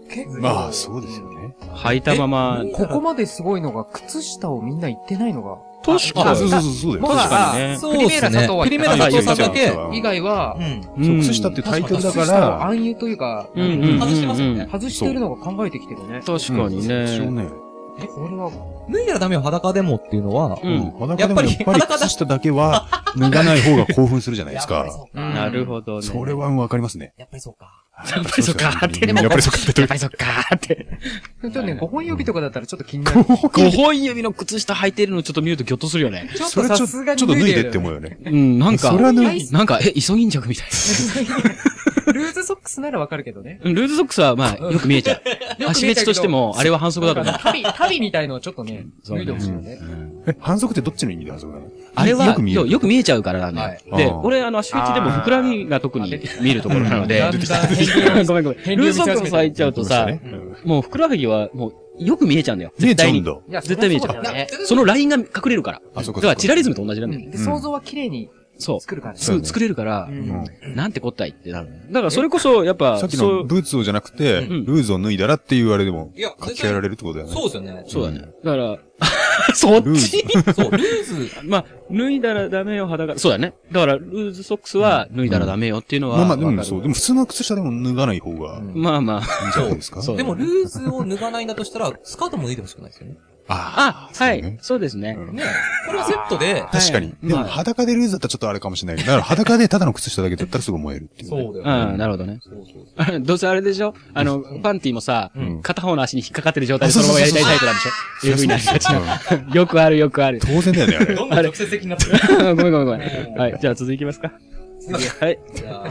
[SPEAKER 6] まあ、そうですよね。
[SPEAKER 5] 履いたまま。
[SPEAKER 4] ここまですごいのが、靴下をみんな言ってないのが、
[SPEAKER 5] 確
[SPEAKER 6] あ、そうそうそう、そうだよ。
[SPEAKER 4] ま
[SPEAKER 5] 確かにね
[SPEAKER 4] あ、プリメーラ佐藤は
[SPEAKER 7] プリ
[SPEAKER 4] 言って
[SPEAKER 7] メラ
[SPEAKER 4] な
[SPEAKER 7] 佐
[SPEAKER 4] かっ
[SPEAKER 7] 藤さんだけ。
[SPEAKER 4] た以外は
[SPEAKER 7] う、ん。
[SPEAKER 6] そう靴下っていうタイトルだから、
[SPEAKER 4] 暗喩というか、
[SPEAKER 5] うんうん。
[SPEAKER 7] 外してますよね
[SPEAKER 5] うんうん
[SPEAKER 4] 外してるのが考えてきてるね。
[SPEAKER 5] 確かに
[SPEAKER 6] 一
[SPEAKER 5] ね。
[SPEAKER 6] 応ね、
[SPEAKER 4] え、これは、
[SPEAKER 7] 脱いだらダメよ、裸でもっていうのは、
[SPEAKER 5] う
[SPEAKER 6] うんん。。裸でもやっぱり靴下だけは脱がない方が興奮するじゃないです
[SPEAKER 7] やっぱり
[SPEAKER 6] か。
[SPEAKER 7] そう
[SPEAKER 4] う
[SPEAKER 7] か。
[SPEAKER 4] ん
[SPEAKER 5] なるほどね。
[SPEAKER 6] それはわかりますね。
[SPEAKER 7] やっぱりそうか。
[SPEAKER 6] やっぱ
[SPEAKER 5] りそうかーって
[SPEAKER 6] やっぱりそうかって
[SPEAKER 5] やっぱりそっかーって。
[SPEAKER 4] ちょっとね、5本指とかだったらちょっと気になる。
[SPEAKER 5] 5本指の靴下履いてるのちょっと見るとギョッとするよね。
[SPEAKER 4] ちょっ
[SPEAKER 6] そ
[SPEAKER 4] と
[SPEAKER 6] れちょ
[SPEAKER 4] さ
[SPEAKER 6] ちょ
[SPEAKER 4] す
[SPEAKER 6] っ
[SPEAKER 4] が
[SPEAKER 6] と
[SPEAKER 4] に
[SPEAKER 6] 脱
[SPEAKER 4] 脱
[SPEAKER 6] い
[SPEAKER 4] い
[SPEAKER 6] で
[SPEAKER 4] で
[SPEAKER 6] って思うよね。
[SPEAKER 5] うん、なんか、
[SPEAKER 6] それは脱い
[SPEAKER 5] なんか、え、イソギンチャクみたい。
[SPEAKER 4] ルーズソックスならわかるけどね。
[SPEAKER 5] うんルーズソックスは、まあ、よく見えちゃう。足
[SPEAKER 4] 目
[SPEAKER 5] フェチとして、も、あれは反則だと思う。
[SPEAKER 4] 旅、旅みたいのはちょっとね、
[SPEAKER 5] そう
[SPEAKER 4] 脱
[SPEAKER 5] ね
[SPEAKER 4] いでほしいよね。
[SPEAKER 6] え、 反則ってどっちの意味で反則なの
[SPEAKER 5] あれは、
[SPEAKER 6] よく見え
[SPEAKER 5] よ
[SPEAKER 6] る。
[SPEAKER 5] よく見えちゃうからなんだよ。で、
[SPEAKER 6] あー
[SPEAKER 5] 俺、あの、足フェチでも、ふくらはぎが特に見るところなので
[SPEAKER 4] だ、んだん変
[SPEAKER 5] ごめんごめん。ルーズソックス履いちゃうとさ、
[SPEAKER 6] うん
[SPEAKER 5] もう、ふくらはぎは、もう、よく見えちゃうんだよ。
[SPEAKER 6] 見え
[SPEAKER 5] 絶
[SPEAKER 6] ちゃ
[SPEAKER 5] 対
[SPEAKER 6] う
[SPEAKER 5] に
[SPEAKER 6] ん。だ。
[SPEAKER 4] いや
[SPEAKER 5] 絶対見えちゃう
[SPEAKER 4] そりゃそうだよね
[SPEAKER 5] そのラインが隠れるから。
[SPEAKER 6] あ、そっ
[SPEAKER 5] だ
[SPEAKER 6] か。
[SPEAKER 5] から、チラリズム
[SPEAKER 6] と。
[SPEAKER 5] と同じなんだよ。
[SPEAKER 4] で想像は綺麗に
[SPEAKER 5] そう。
[SPEAKER 4] 作るからね。
[SPEAKER 5] すぐ作れるから
[SPEAKER 4] う、
[SPEAKER 6] うんん
[SPEAKER 5] なんてこったいってなるの。だから、それこそ、やっぱ、
[SPEAKER 6] さっき
[SPEAKER 5] そう
[SPEAKER 6] のブーツをじゃなくて、
[SPEAKER 5] ん
[SPEAKER 6] ルーズを脱いだらっていうあれでも
[SPEAKER 7] いや
[SPEAKER 6] 書き換えられるってことだよね
[SPEAKER 7] そう。ですよね。
[SPEAKER 5] そうだね。だから、 そっ
[SPEAKER 6] ルーズ
[SPEAKER 5] ち
[SPEAKER 7] そう、ルーズ。
[SPEAKER 5] まあ、脱いだらダメよ、裸。そうだね。だから、ルーズソックスは脱いだらダメよっていうのは。
[SPEAKER 6] まあまあ、で
[SPEAKER 5] わか
[SPEAKER 6] も
[SPEAKER 5] る
[SPEAKER 6] そう。でも普通の靴下でも脱がない方がいいん
[SPEAKER 5] まあまあ。
[SPEAKER 6] じゃないですか
[SPEAKER 5] そう
[SPEAKER 7] でも、ルーズを脱がないんだとしたら、スカートも脱いでほしくないですよね。
[SPEAKER 5] ああ、はい。そうですね。
[SPEAKER 7] ねこれはセットで。
[SPEAKER 1] 確かに。でも裸でルーズだったらちょっとあれかもしれないけど、だから裸でただの靴下だけだったらすぐ燃えるっていう。
[SPEAKER 7] そうだよ。
[SPEAKER 5] うん、なるほどね。 どうせあれでしょあの、パンティもさ、片方の足に引っかかってる状態でそのままやりたいタイプなんでしょそういう風になりがちな。よくあるよくある。
[SPEAKER 1] 当然だよね、あれ。
[SPEAKER 10] どんどん直接的になってる。
[SPEAKER 5] ごめんごめんごめん。はい、じゃあ続いきますか。はい。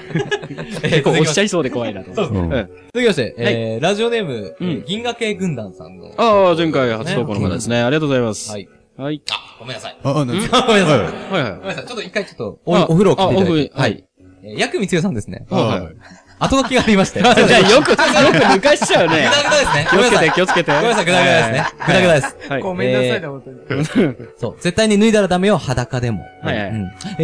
[SPEAKER 5] え、こう押しちゃいそうで怖いなと。そう
[SPEAKER 7] ですね。続きまして、えラジオネーム、銀河系軍団さんの。
[SPEAKER 5] ああ、前回初投稿の方ですね。ありがとうございます。はい。はい。
[SPEAKER 10] あ、ごめんなさい。
[SPEAKER 1] あ、
[SPEAKER 10] ご
[SPEAKER 1] めんな
[SPEAKER 10] さい。ごめん
[SPEAKER 7] なさい。ちょっと一回ちょっと、お風呂を切っていただいて。はい。え、薬味つよさんですね。はい。後書きがありまして。じゃあ
[SPEAKER 5] よく、よく抜かしちゃう ね。
[SPEAKER 7] ぐだぐだですね。
[SPEAKER 5] 気をつけて、気をつけて。
[SPEAKER 7] ごめんなさい、ぐだぐだですね。ぐだぐだです。
[SPEAKER 4] ごめんなさいだ、本当に。
[SPEAKER 7] そう。絶対に脱いだらダメよ、裸でも。。
[SPEAKER 5] はい。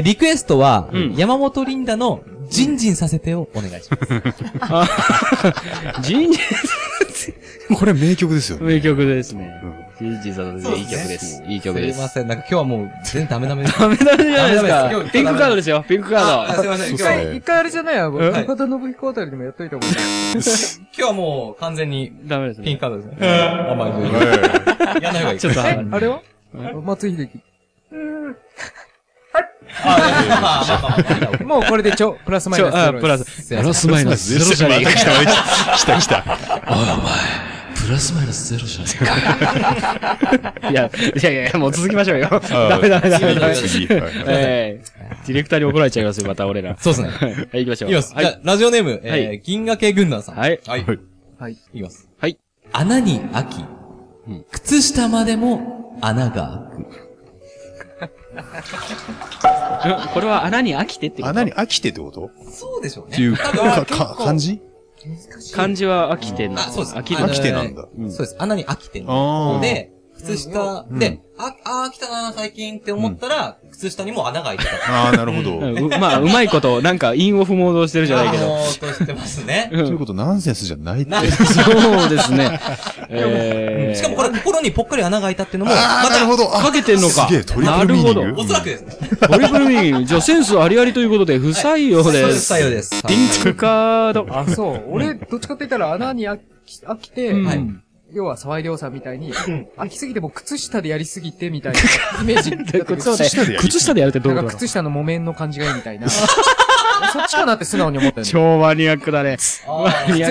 [SPEAKER 7] リクエストは、山本リンダの、ジンジンさせてをお願いしま す
[SPEAKER 5] ジンジン
[SPEAKER 1] これ名曲ですよね。
[SPEAKER 5] 名曲ですね。ジンジンさんのいい曲です。いい曲です。
[SPEAKER 7] すいません。なんか今日はもう全然ダメダメ
[SPEAKER 5] です。ダメダメじゃないですか。ピンクカードですよ。ピンクカー
[SPEAKER 4] ド。すいません。一回、一回あれじゃないや。高田信彦あたりでもやっといたもんね。
[SPEAKER 7] 今日はもう完全に
[SPEAKER 5] ダメですね。
[SPEAKER 7] ピンクカードですね。あんまり。やらない方がいい。
[SPEAKER 4] ちょっと。あれは松井秀喜。もうこれでちょ、プラスマイナス。
[SPEAKER 5] プラス、プラスマイナスゼロじゃねえか。
[SPEAKER 1] 来た来た。
[SPEAKER 7] おいお前、プラスマイナスゼロじゃね
[SPEAKER 5] えか。いや、いやいや、もう続きま しょうよ。ダメダメダメダメ。 えー、ディレクターに怒られちゃいますよ、また俺ら。
[SPEAKER 7] そうですね。
[SPEAKER 5] はい、行きましょう。
[SPEAKER 7] いきます。はい。ラジオネーム、えー、銀河系軍団さん。
[SPEAKER 5] はい。
[SPEAKER 7] はい。
[SPEAKER 4] はい。
[SPEAKER 7] いきます。
[SPEAKER 5] はい。
[SPEAKER 7] 穴に秋、靴下までも穴が開く。
[SPEAKER 5] これは穴に飽きてってこと
[SPEAKER 1] 穴に飽きてってこと
[SPEAKER 7] そうでしょうね。
[SPEAKER 1] っていうか、か、漢字
[SPEAKER 5] 漢字は飽きて
[SPEAKER 7] な。あ、そうです。飽
[SPEAKER 1] きて。飽きてなんだ。
[SPEAKER 7] そうです。穴に飽きての。で、靴下、で、あ、あ、飽きたな、最近って思ったら、靴下にも穴が開いてた。
[SPEAKER 1] ああ、なるほど。
[SPEAKER 5] まあ、うまいこと、なんか、インオフモードしてるじゃないけど。
[SPEAKER 7] モードしてますね。
[SPEAKER 1] ということ、ナンセンスじゃないって。
[SPEAKER 5] そう ですね。
[SPEAKER 7] えしかもこれ、心にぽっかり穴が開いたっていうのも、ま
[SPEAKER 1] た、
[SPEAKER 5] かけてんのか。
[SPEAKER 1] すげえ、トリプルミーニン
[SPEAKER 7] グ。おそらくですね。
[SPEAKER 5] トリプルミーニング。じゃあ、センスありありということで、不採用です。
[SPEAKER 7] 不採用です。
[SPEAKER 5] ピンクカード。
[SPEAKER 4] あ、そう。俺、どっちかって言ったら、穴に飽きて、はい。要は沢井亮さんみたいに、飽きすぎても靴下でやりすぎてみたいなイメージ。
[SPEAKER 5] 靴下で靴下でやるってどういうこと
[SPEAKER 4] 靴下の木綿の感じがいいみたいな。そっちかなって素直に思ったよね。
[SPEAKER 5] 超マニアックだね。
[SPEAKER 4] 靴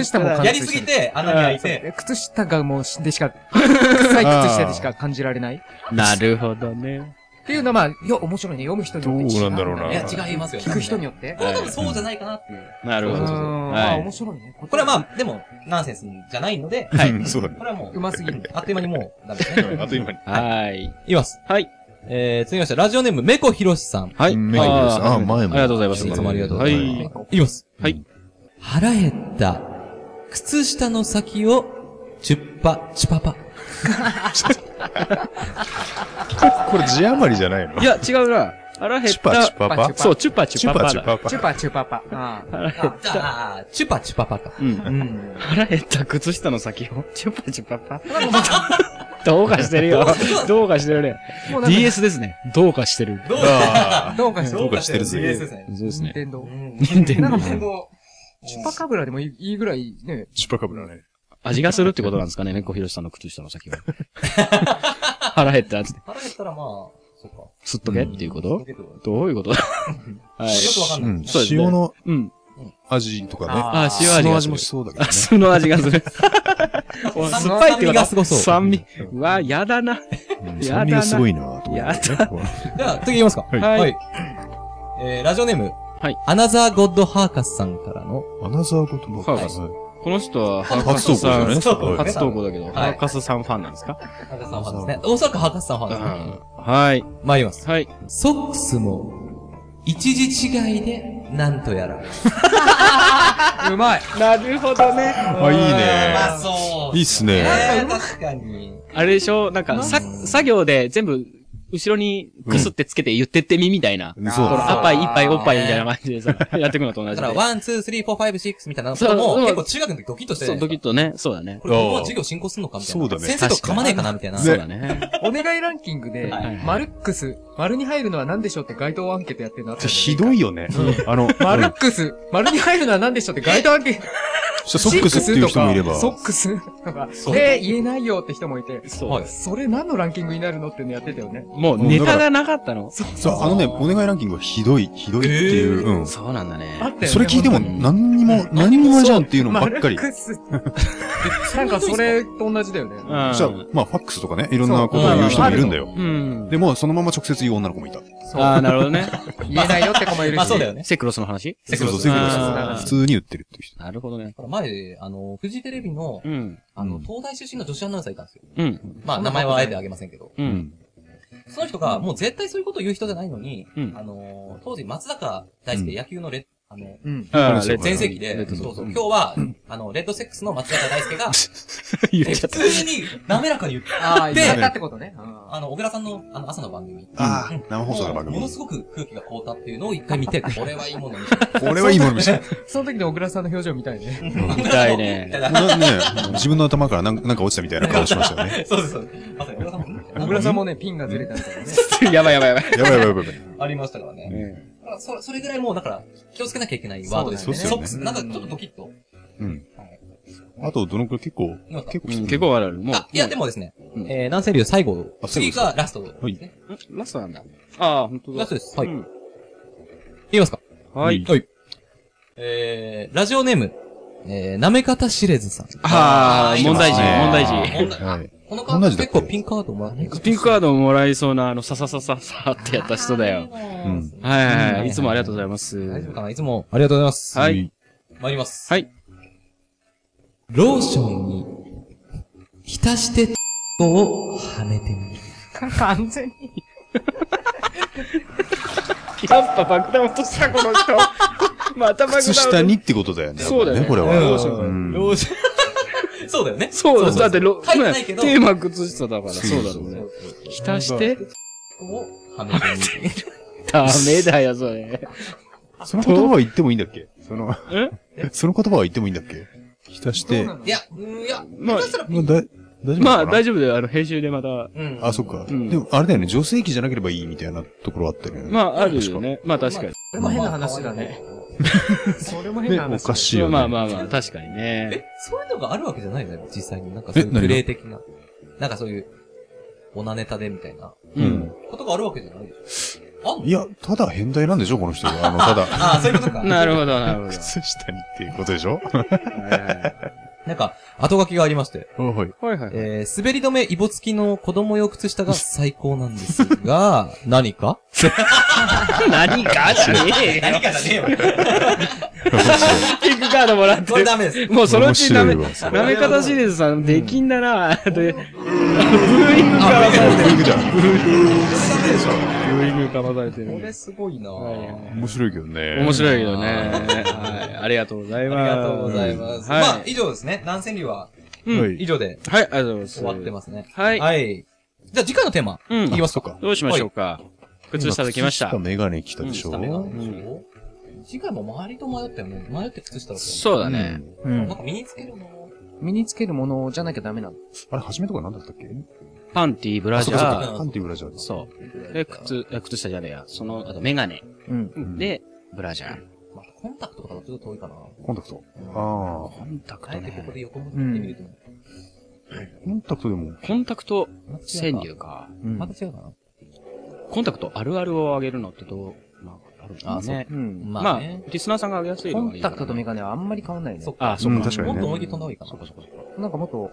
[SPEAKER 4] 下も
[SPEAKER 7] やりすぎて、穴に開いて。
[SPEAKER 4] 靴下がもう、でしか、 臭い靴下でしか感じられない。
[SPEAKER 5] なるほどね。
[SPEAKER 4] っていうのはまあ、よ、面白いね。読む人によって
[SPEAKER 1] どうなんだろうな。
[SPEAKER 7] いや、違いますよ。
[SPEAKER 4] 聞く人によって。
[SPEAKER 7] これ多分そうじゃないかな っていう。
[SPEAKER 5] なるほど。
[SPEAKER 4] まあ、面白いね。
[SPEAKER 7] これはまあ、でも、ナンセンスじゃないので。
[SPEAKER 1] はい。そうだ
[SPEAKER 7] ね。これはもう、
[SPEAKER 4] うますぎる。
[SPEAKER 7] あっという間にもう、ダメですね。
[SPEAKER 1] あっという間に。
[SPEAKER 5] はい。
[SPEAKER 7] います。
[SPEAKER 5] はい。
[SPEAKER 7] えー、次まして、ラジオネーム、めこひろしさん。
[SPEAKER 5] はい。
[SPEAKER 1] めこひろしさん。あ、前も。あり
[SPEAKER 5] がとうございます。
[SPEAKER 7] いつもありがとうございます。はい。いきます。
[SPEAKER 5] はい。
[SPEAKER 7] 腹減った、靴下の先を、チュッパ、チュパパ。
[SPEAKER 1] これ字余りじゃないの
[SPEAKER 5] いや、違うな。腹減った。
[SPEAKER 1] チュパチュパパ
[SPEAKER 5] そう、チュパチュパパ。
[SPEAKER 1] チュパチュパパ。
[SPEAKER 4] チュパチュパパ。あ
[SPEAKER 7] 腹減った。チュパチュパパか。
[SPEAKER 5] うん。腹減った靴下の先を、 チュパチュパパ。どうかしてるよ。 どうかしてるね。DS ですね。どうかしてる。
[SPEAKER 7] どうか
[SPEAKER 1] してる。
[SPEAKER 5] DS ですね。そうですね。
[SPEAKER 4] 任天堂。
[SPEAKER 5] 任天堂。
[SPEAKER 4] チュパカブラでもいいぐらいね。
[SPEAKER 1] チュパカブラね。
[SPEAKER 5] 味がするってことなんですかね、猫ひろしさんの靴下の 先は。腹減ったっつって。
[SPEAKER 7] 腹減ったらまあ、そっか。。
[SPEAKER 5] 吸っとけっていうことどういうことはい
[SPEAKER 7] よくわかんない。
[SPEAKER 1] 塩の味とかね。
[SPEAKER 5] あ、塩味。
[SPEAKER 1] の味もしそうだけど。
[SPEAKER 5] 酢の味がする。
[SPEAKER 7] 酸っぱいってこと
[SPEAKER 5] すごそう。酸味。うわ、やだな。
[SPEAKER 1] やだな。すごいな
[SPEAKER 5] やだ。じ
[SPEAKER 7] ゃあ、次いきますか。
[SPEAKER 5] はい。
[SPEAKER 7] えラジオネーム。
[SPEAKER 5] はい。
[SPEAKER 7] アナザーゴッドハーカスさんからの。
[SPEAKER 1] アナザーゴッド
[SPEAKER 5] ハーカス。この人は、初投稿だね。初投稿だけど、ハーカスさんファンなんですか
[SPEAKER 7] ハーカスさんファンですね。おそらくハーカスさんファンですね。
[SPEAKER 5] はい。
[SPEAKER 7] 参ります。
[SPEAKER 5] はい。
[SPEAKER 7] ソックスも、一時違いで、なん とやら。
[SPEAKER 4] うまい。
[SPEAKER 5] なるほどね。
[SPEAKER 1] あ、いいね。。
[SPEAKER 7] うまそう
[SPEAKER 1] いいっすね。
[SPEAKER 7] 確かに。
[SPEAKER 5] あれでしょなんか、さ、作業で全部、後ろにくすってつけて言ってってみみたいな。
[SPEAKER 1] そう。あ
[SPEAKER 5] っぱい、いっぱい、おっぱいみたいな感じでさ、やってくのと同じ。
[SPEAKER 7] だから、ワン、ツー、スリー、フォー、ファイブ、シックスみたいなことも、結構中学の時ドキッとして
[SPEAKER 5] そう、ドキッとね。そうだね。
[SPEAKER 7] これ、ここ授業進行すんのかみたいな。
[SPEAKER 1] そうだ
[SPEAKER 7] ね。先生と噛まねえかなみたいな。
[SPEAKER 5] そうだね。
[SPEAKER 4] お願いランキングで、マルックス、丸に入るのは何でしょうって街頭アンケートやってるな
[SPEAKER 1] ひどいよね。あの、
[SPEAKER 4] マルックス、丸に入るのは何でしょうって街頭アンケート。
[SPEAKER 6] したソックスっていう人もいれば。
[SPEAKER 4] ソックスとか、えー、言えないよって人もいて、そう。それ何のランキングになるのっていうのやってたよね。
[SPEAKER 5] もうネタがなかったの
[SPEAKER 6] そうそう、あのね、お願いランキングはひどい、ひどいっていう。うん。
[SPEAKER 5] そうなんだね。
[SPEAKER 6] あってそれ聞いても何にも、何もないじゃんっていうのばっかり。
[SPEAKER 4] なんかそれと同じだよね。じ
[SPEAKER 6] ゃあ、まあ、ファックスとかね、いろんなことを言う人もいるんだよ。でも、そのまま直接言う女の子もいた。
[SPEAKER 5] ああ、なるほどね。
[SPEAKER 4] 言えないよって子もいるし。、
[SPEAKER 7] まあそうだよね。
[SPEAKER 5] セクロスの話
[SPEAKER 6] セクロス。セクロス。普通に売ってるっていう人。
[SPEAKER 5] なるほどね。
[SPEAKER 7] 前、あの、フジテレビの、あの、東大出身の女子アナウンサーいたんですよ。まあ、名前はあえてあげませんけど。その人が、もう絶対そういうこと言う人じゃないのに、あの、当時松坂大輔野球のレッあの、うん。全盛期で、そうそう。今日は、あの、レッドセックスの松坂大輔が、
[SPEAKER 5] 言っちゃった。
[SPEAKER 7] 普通に滑らかに言って
[SPEAKER 4] 言ってことね。
[SPEAKER 7] あの、小倉さんの、あの、朝の番組。
[SPEAKER 6] ああ、生放送の番組。
[SPEAKER 7] ものすごく空気が凍ったっていうのを一回見て、これはいいもの見せ
[SPEAKER 6] た。これはいいもの見せた。
[SPEAKER 4] その時の小倉さんの表情見たいね。
[SPEAKER 5] 見たいね。
[SPEAKER 6] 自分の頭からなんか落ちたみたいな顔しましたよね。
[SPEAKER 7] そうそう。まさに
[SPEAKER 4] 小倉さんもね、ピンがずれたみたい
[SPEAKER 5] なね。やばいやばいやばい。
[SPEAKER 6] やばいやばいやばい。
[SPEAKER 7] ありましたからね。そそれぐらいもう、だから、気をつけなきゃいけないワードですね。そうですね。なんか、ちょっとドキッと。
[SPEAKER 6] うん。あと、どのくらい結構、
[SPEAKER 5] 結構、結構ある。もう。
[SPEAKER 7] いや、でもですね、えー、南西流最後、次がラスト。はい。
[SPEAKER 5] ラストなんだ。ああ、本当だ。
[SPEAKER 7] ラストです。はい。言いますか
[SPEAKER 5] はい。
[SPEAKER 7] はい。えー、ラジオネーム、えー、なめ方しれずさん。
[SPEAKER 5] ああ、問題児、問題児。
[SPEAKER 7] 問題児。このカード結構ピンカードもらえ
[SPEAKER 5] ピンカードもらえそうな、あの、さささささってやった人だよ。うん。はいはい。いつもありがとうございます。
[SPEAKER 7] 大丈夫かないつも。
[SPEAKER 11] ありがとうございます。
[SPEAKER 5] はい。
[SPEAKER 7] 参ります。
[SPEAKER 5] はい。
[SPEAKER 11] ローションに、浸して、をはめてみる。
[SPEAKER 4] 完全に。
[SPEAKER 5] やっぱ爆弾落とした、この人。 また爆弾。
[SPEAKER 6] 靴下にってことだよね。
[SPEAKER 5] そうだよね。
[SPEAKER 6] これは。
[SPEAKER 5] ローション。ローション。
[SPEAKER 7] そうだよね。
[SPEAKER 5] そうだ、だって、ロ、
[SPEAKER 7] 書いてないけど。
[SPEAKER 5] テーマ靴下だから、そうだろうね。浸して、
[SPEAKER 7] を、はめてみる。
[SPEAKER 5] ダメだよ、それ。
[SPEAKER 6] その言葉は言ってもいいんだっけその、その言葉は言ってもいいんだっけ浸して。い
[SPEAKER 7] や、いや、まあ、
[SPEAKER 5] まあ、大丈夫だよ。あの、編集でまた。
[SPEAKER 6] あ、そっか。でも、あれだよね。女性器じゃなければいいみたいなところあったよね。
[SPEAKER 5] まあ、あるよね。まあ、確かに。
[SPEAKER 4] それも変な話だね。それも変な話。
[SPEAKER 6] おかしいよね。
[SPEAKER 5] まあまあまあ、確かにね。
[SPEAKER 7] え、そういうのがあるわけじゃないのよ、実際に。なんかそういうプレイ的な。なんかそういう、オナネタでみたいな。うん。ことがあるわけじゃないでしょ。
[SPEAKER 6] いや、ただ変態なんでしょこの人は。あの、ただ。
[SPEAKER 7] ああ、そういうことか。
[SPEAKER 5] なるほど、なるほど。
[SPEAKER 6] 靴下にっていうことでしょ
[SPEAKER 7] なんか、後書きがありまして。
[SPEAKER 6] はい。
[SPEAKER 5] はいはい。
[SPEAKER 7] えー、滑り止め、イボ付きの子供用靴下が最高なんですが、何か
[SPEAKER 5] 何かじゃねえよ。
[SPEAKER 7] 何かじゃねえよ。
[SPEAKER 5] ピンクカードもらって。
[SPEAKER 7] これダメです。
[SPEAKER 5] もうそのうちダメ。ダメ方シリーズさん、できんだなぁ。ブーイングからされてる。ブーイングじゃん。ブーイングからされてる。
[SPEAKER 7] これすごいなぁ。。
[SPEAKER 6] 面白いけどね。
[SPEAKER 5] 面白いけどね。はい。ありがとうございます
[SPEAKER 7] ありがとうございます。まあ、以上ですね。南千里は、以上で。
[SPEAKER 5] はい、ありがとうございます。
[SPEAKER 7] 終わってますね。
[SPEAKER 5] はい。
[SPEAKER 7] はい。じゃあ次回のテーマ、いきますか。
[SPEAKER 5] どうしましょうか。靴下で来ました。靴
[SPEAKER 6] 下メガネ来たでしょ。
[SPEAKER 7] 靴下メガネでしょ。次回も周りと迷ったよね。迷って靴下だ
[SPEAKER 5] そうだね。
[SPEAKER 7] うん。なんか身につけるもの
[SPEAKER 4] 身につけるものじゃなきゃダメなの。
[SPEAKER 6] あれ、初めとか何だったっけ
[SPEAKER 5] パンティー、ブラジャー。
[SPEAKER 6] パンティー、ブラジャー。
[SPEAKER 5] そう。で、靴、靴下じゃねえや。その、あとメガネ。うん。で、ブラジャー。
[SPEAKER 7] またコンタクトとかだとちょっと遠いかな。
[SPEAKER 6] コンタクト。あ
[SPEAKER 5] あ。コンタクトね。
[SPEAKER 7] ここで横向いてみると。
[SPEAKER 6] コンタクトでも。
[SPEAKER 5] コンタクト、川柳か。
[SPEAKER 7] また違うかな。
[SPEAKER 5] コンタクトあるあるをあげるのってどう、まあ、ある
[SPEAKER 7] あ、
[SPEAKER 5] ね。。
[SPEAKER 7] うん
[SPEAKER 5] まあ、リスナーさんがあげやすい
[SPEAKER 4] コンタクトとメガネはあんまり変わんないね。
[SPEAKER 5] そっか。
[SPEAKER 6] あ、そっか。確かに
[SPEAKER 7] もっと思い切り飛んだ方がいいかな。
[SPEAKER 5] そっかそっかそ
[SPEAKER 4] っか。なんかもっと、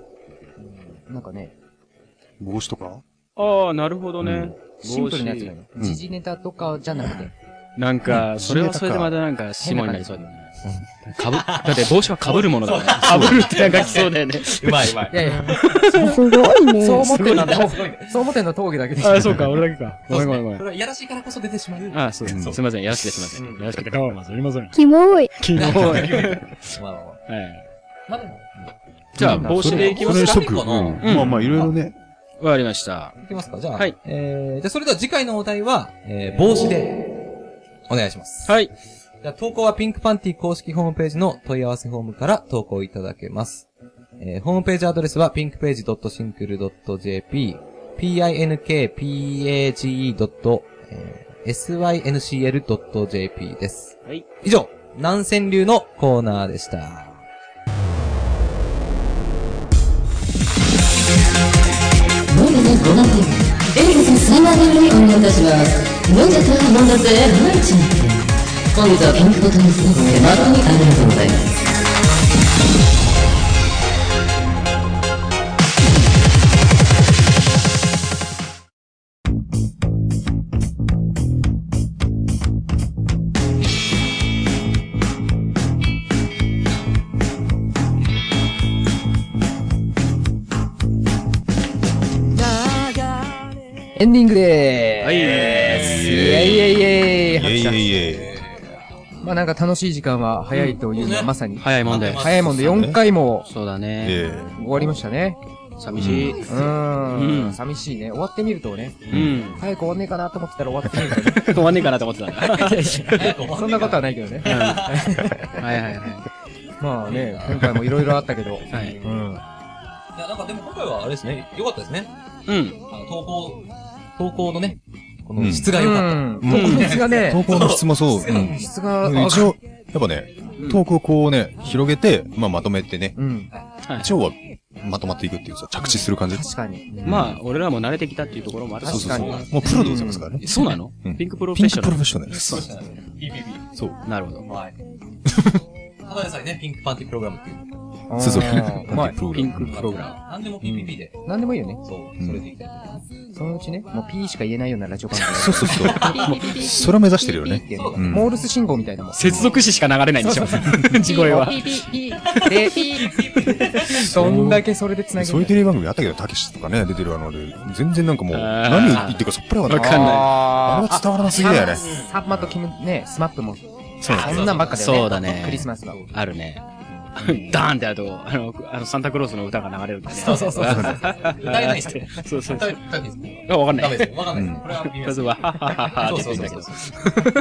[SPEAKER 4] なんかね。
[SPEAKER 6] 帽子とか
[SPEAKER 5] ああ、なるほどね。
[SPEAKER 4] シンプルなやつだよ。時事ネタとかじゃなくて。
[SPEAKER 5] なんか、それはそれでまたなんか、下になりそうだよね。かぶ、だって帽子は被るものだね。被るってなんか来そうだ よね。
[SPEAKER 7] うまいうまい。
[SPEAKER 4] いやいや。すごいね。そう思ってんの、そう思ってんの峠だけ
[SPEAKER 5] です。あ、そうか、俺だけか。ごめんごめんごめん。
[SPEAKER 7] これはやらしいからこそ出てしまう。
[SPEAKER 5] あ、そうです。すいません、やらしいですいません。やらしくて構わず、すいません。
[SPEAKER 2] キモい。
[SPEAKER 5] キモい。はい。じゃあ、帽子でいきます
[SPEAKER 6] か。まあまあ、いろいろね。
[SPEAKER 5] わかりました。
[SPEAKER 7] いきますか、じゃあ。
[SPEAKER 5] はい。
[SPEAKER 7] えー、じゃあそれでは次回のお題は、えー、帽子で、お願いします。
[SPEAKER 5] はい。
[SPEAKER 7] じゃあ、投稿はピンクパンティ公式ホームページの問い合わせフォームから投稿いただけます。えー、ホームページアドレスは pinkpage.syncl.jp、pinkpage.syncl.jp です。
[SPEAKER 5] はい。
[SPEAKER 7] 以上、南川流のコーナーでした。。
[SPEAKER 12] 7分エリンさん3番組お願いいたします飲んじゃった飲んだぜはいちなって本日は健康とにすごく誠にありがとうございます
[SPEAKER 4] エンディングでーす。はい、えー、イェイイェイイェイ拍手拍手。まあなんか楽しい時間は早いというのはまさに。
[SPEAKER 5] 早いもんで。
[SPEAKER 4] 早いもんで4回も。
[SPEAKER 5] そうだね。
[SPEAKER 4] 終わりましたね。
[SPEAKER 5] 寂しい。
[SPEAKER 4] うーん。寂しいね。終わってみるとね。うん。早く終わんねえかなと思ってたら終わってみるとね。
[SPEAKER 5] 終わんねえかなと思ってたんだ。
[SPEAKER 4] そんなことはないけどね。
[SPEAKER 5] はいはいはい。
[SPEAKER 4] まあね、今回もいろいろあったけど。はい
[SPEAKER 7] うん。いや、なんかでも今回はあれですね、良かったですね。
[SPEAKER 5] うん。
[SPEAKER 7] あの、投稿、投稿のね、この質が良かった。。
[SPEAKER 4] 投稿の質がね。
[SPEAKER 6] 投稿の質もそう。
[SPEAKER 4] 質が、
[SPEAKER 6] 一応、やっぱね、投稿こうね、広げて、まあまとめてね。一応は、まとまっていくっていうさ、着地する感じ。
[SPEAKER 4] 確かに。
[SPEAKER 5] まあ、俺らも慣れてきたっていうところもある
[SPEAKER 6] そうそうそう。もうプロでございますからね。
[SPEAKER 5] そうなのピンクプロフ
[SPEAKER 6] ェ
[SPEAKER 5] ッ
[SPEAKER 6] ショナ
[SPEAKER 5] ク
[SPEAKER 6] ル。ピンプロフェッショナルですそう。
[SPEAKER 5] なるほど。
[SPEAKER 7] はい。 ただでさえね、ピンクパンティプログラムっていう。
[SPEAKER 6] そうそう、
[SPEAKER 5] ピンクプログラム。
[SPEAKER 7] 何でも PPP で。
[SPEAKER 4] 何でもいいよね。
[SPEAKER 7] そう、それでいい。
[SPEAKER 4] そのうちね、もう P しか言えないようなラジオ番組。
[SPEAKER 6] そうそうそう。それを目指してるよね。
[SPEAKER 4] モールス信号みたいなもん。
[SPEAKER 5] 接続詞しか流れないんでしょ。地声は。
[SPEAKER 4] で、どんだけそれで繋げる
[SPEAKER 6] そういうテレビ番組あったけど、たけしとかね、出てるあの、全然なんかもう、何言ってるかさっぱりわかんない。あれは伝わらなすぎだよね。
[SPEAKER 4] サンマとキム、ね、スマップも。。
[SPEAKER 5] そう
[SPEAKER 4] そんなんばっかだよね。
[SPEAKER 5] そうだね。
[SPEAKER 4] クリスマスは。
[SPEAKER 5] あるね。ダーンってやると、あの、あの、サンタクロースの歌が流れるんだね。
[SPEAKER 7] そうそうそう。歌えないっすよ。
[SPEAKER 5] そうそう。
[SPEAKER 7] 歌えないっす
[SPEAKER 5] よ。わかんない。
[SPEAKER 7] ダメですよ。わかんないです。これは見
[SPEAKER 5] ます。ははははって言ってんだけど。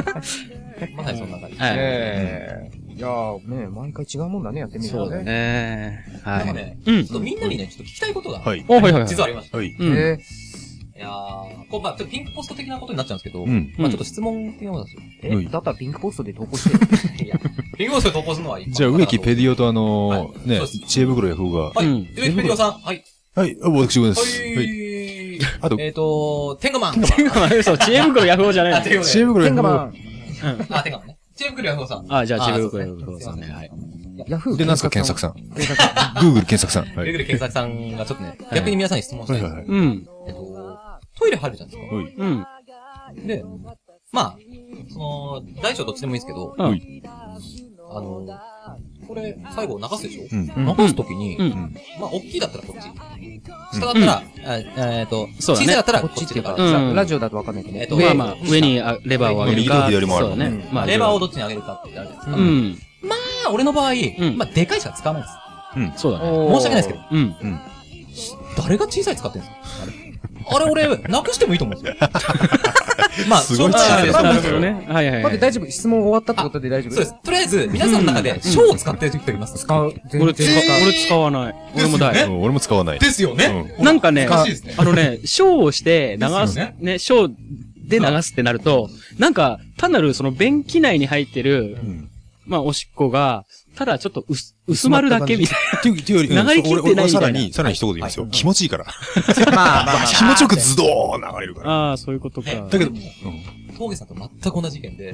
[SPEAKER 7] まさにそんな感じ。
[SPEAKER 4] ええ。いやー、ね毎回違うもんだね、やってみる
[SPEAKER 5] とね。そうだね。はい。。
[SPEAKER 7] なんかね、ちょっとみんなにね、ちょっと聞きたいことが、はい
[SPEAKER 5] はいはい
[SPEAKER 7] 実はありました。
[SPEAKER 6] はい。
[SPEAKER 7] えいやー、こう、まあ、ちょっとピンクポスト的なことになっちゃうんですけど、まあ、ちょっと質問っていうものなんですよ。
[SPEAKER 4] え、だったらピンクポストで投稿して
[SPEAKER 7] る。いや、 ピンクポストで投稿するのはいい。
[SPEAKER 6] じゃあ、植木ペディオとあのね、知恵袋やほうが。
[SPEAKER 7] はい、植木ペディオさん。はい。
[SPEAKER 6] はい、私ごめんなさ
[SPEAKER 7] い。はい。あと、えっと、天狗マン。
[SPEAKER 5] 天狗マン、嘘、知恵袋やほうじゃない
[SPEAKER 6] の。知恵袋
[SPEAKER 4] ヤフー。マン。
[SPEAKER 7] あ、天狗マンね。知恵袋やほうさん。
[SPEAKER 5] あ、じゃあ、知恵袋やほうさんね。はい。
[SPEAKER 6] ヤフーで、なんすか検索さん。Google 検索さん。
[SPEAKER 7] Google 検索さんがちょっとね、逆に皆さんに質問したい。
[SPEAKER 5] うん。
[SPEAKER 7] えっと、トイレ入るじゃないですか。。
[SPEAKER 5] うん
[SPEAKER 7] で、まあ、その、大小どっちでもいいですけど、、
[SPEAKER 6] うん
[SPEAKER 7] あの、これ、最後流すでしょ、うん、流すときに、うん、まあ、大きいだったらこっち。下だったら、えっと、小さいだったらこっちっていうか、
[SPEAKER 4] ラジオだとわかんないけど、えっと、
[SPEAKER 5] まあまあ、上にレバーを上げるか、
[SPEAKER 6] 左もある。
[SPEAKER 5] そうね。
[SPEAKER 7] まあ、レバーをどっちに上げるかってあるじゃないですか。まあ、俺の場合、まあ、でかいしか使わないです。
[SPEAKER 5] うん、そうだね。
[SPEAKER 7] 申し訳ないですけど。
[SPEAKER 5] うん。うん。
[SPEAKER 7] 誰が小さい使ってんすかあれ俺、なくしてもいいと思うんです よ。まあ、
[SPEAKER 6] すごい小さいです
[SPEAKER 5] よね。はいはい。
[SPEAKER 4] 待って、大丈夫質問終わったってことで大丈夫
[SPEAKER 7] そうです。とりあえず、皆さんの中で、賞を使ってる時といます
[SPEAKER 5] 使う。俺使俺使わない。俺も大。
[SPEAKER 6] 俺も使わない。
[SPEAKER 7] ですよね。
[SPEAKER 5] なんかね、あのね、賞をして流す、ね、賞で流すってなると、なんか、単なるその便器内に入ってる、まあ、おしっこが、ただちょっと薄まるだけみたいな。
[SPEAKER 6] っていうより、
[SPEAKER 5] 流れ切ってないみたいな。
[SPEAKER 6] さらに、さらに一言言いますよ。気持ちいい から。まあまあ。気持ちよくズドーン流れるから。
[SPEAKER 5] ああ、そういうことか。
[SPEAKER 6] だけど、
[SPEAKER 7] 峠さんと全く同じ意見で、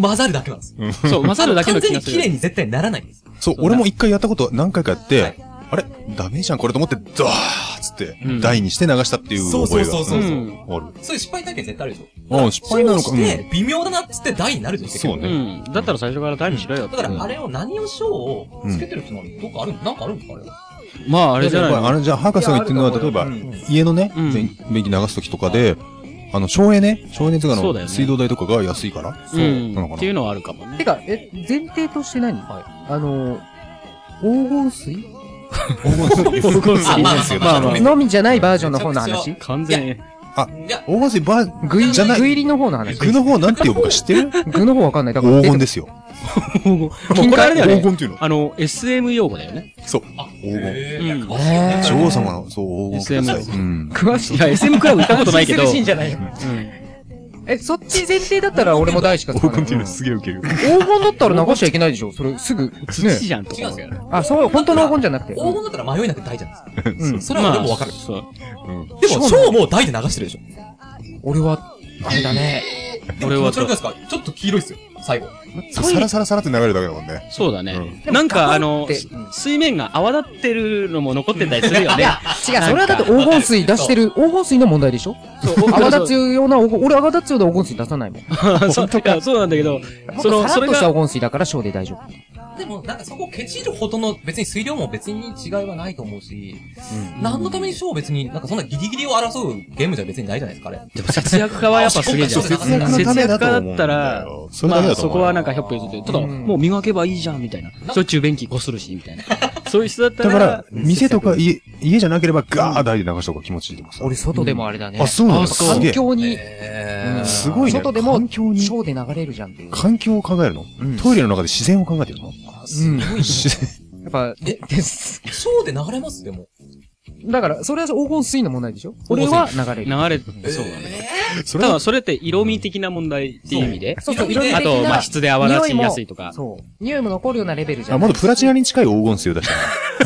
[SPEAKER 7] 混ざるだけなんですよ。
[SPEAKER 5] そう、混ざるだけの
[SPEAKER 7] 気がする。完全に綺麗に絶対ならないんです。
[SPEAKER 6] そう、俺も一回やったこと何回かやって、あれダメじゃんこれと思って、ドーッつって、台にして流したっていう覚えが。
[SPEAKER 7] そうそうそうそう。そういう失敗体験絶対あるでしょ。うん、
[SPEAKER 6] 失敗なのか。
[SPEAKER 7] で、微妙だなっつって台になるでし
[SPEAKER 6] ょ。そうね。
[SPEAKER 5] だったら最初から台にしろよ。
[SPEAKER 7] だからあれを何をしようをつけてるってのはどっかあるなんかあるんですかあれ
[SPEAKER 5] まあ、あれじゃない
[SPEAKER 6] あれじゃあ、博士が言ってるのは、例えば、家のね、便器流すときとかで、あの、省エネ省エネとかの水道代とかが安いから。
[SPEAKER 5] そう。っていうのはあるかもね。
[SPEAKER 4] てか、え、前提として何あの、黄金水
[SPEAKER 5] 黄 金水。
[SPEAKER 7] まあまあまあ。
[SPEAKER 4] のみじゃないバージョンの方の話
[SPEAKER 5] 完全。
[SPEAKER 6] あ、黄金水バー、
[SPEAKER 4] 具
[SPEAKER 6] じゃない。
[SPEAKER 4] 具入りの方の話。
[SPEAKER 6] 具の方なんて呼ぶか知って る
[SPEAKER 4] 具の方わかんない。だ
[SPEAKER 6] から黄金ですよ。
[SPEAKER 5] 黄金。これあれだよね。黄金っていうのあの、SM 用語だよね。
[SPEAKER 6] そう。黄金。女王様の、そう、黄金。
[SPEAKER 5] SM。詳しい。いや、SM クラブ行ったことないけど。
[SPEAKER 4] しいんじゃないよ。え、そっち前提だったら俺も大しか
[SPEAKER 10] 使わない。黄金ってすげえウケる。
[SPEAKER 4] 黄金だったら流しちゃいけないでしょそれすぐ。
[SPEAKER 5] 土じゃんと。
[SPEAKER 7] 違うんですよ。
[SPEAKER 4] あ、そう、本当の黄金じゃなくて。
[SPEAKER 7] 黄金だったら迷いなく大じゃないですか。それはでもわかる。でも、超もう大で流してるでしょ。
[SPEAKER 4] 俺は、あれだね。
[SPEAKER 7] 俺は。ちょっと黄色いっすよ、最後。
[SPEAKER 10] サラサラサラって流れるだけだもんね。
[SPEAKER 5] そうだね。なんか、あの、水面が泡立ってるのも残ってたりするよね。いや、
[SPEAKER 4] 違う、それはだって黄金水出してる、黄金水の問題でしょ泡立つような、俺泡立つような黄金水出さない もん。
[SPEAKER 5] そうか、そうなんだけど、
[SPEAKER 4] その、それが。した黄金水だから小で大丈
[SPEAKER 7] 夫。でも、なんかそこをケチるほどの、別に水量も別に違いはないと思うし、何のために小別に、なんかそんなギリギリを争うゲームじゃ別にないじゃないですか、あれ。
[SPEAKER 5] でも節約家はやっぱすげえじゃん。節約家だったら、まあそこはなんか100歩譲って、ただ、もう磨けばいいじゃん、みたいな。しょっちゅう便器こするし、み たいな。そういう人だったら。
[SPEAKER 10] だから、店とか家、家じゃなければガー大で流した方が気持ちいいとか
[SPEAKER 4] さ。俺、外でもあれだね。
[SPEAKER 10] あ、そうなんです
[SPEAKER 4] か。環境に。
[SPEAKER 10] すごいね。
[SPEAKER 4] 外でも、ショーで流れるじゃんっていう。
[SPEAKER 10] 環境を考えるのトイレの中で自然を考えてるの
[SPEAKER 7] すごい
[SPEAKER 10] 自然。
[SPEAKER 4] やっぱ、
[SPEAKER 7] え、です。ショーで流れますでも。
[SPEAKER 4] だから、それは黄金水の問題でしょ俺は流れる。
[SPEAKER 5] 流れ、そうだね。それ多分それって色味的な問題っていう意味で。
[SPEAKER 4] そうそう、色味
[SPEAKER 5] あと、まあ、質で泡立ちやすいとか。。
[SPEAKER 4] そう。匂いも残るようなレベルじゃん。
[SPEAKER 10] あ、まだプラチナに近い黄金水を出し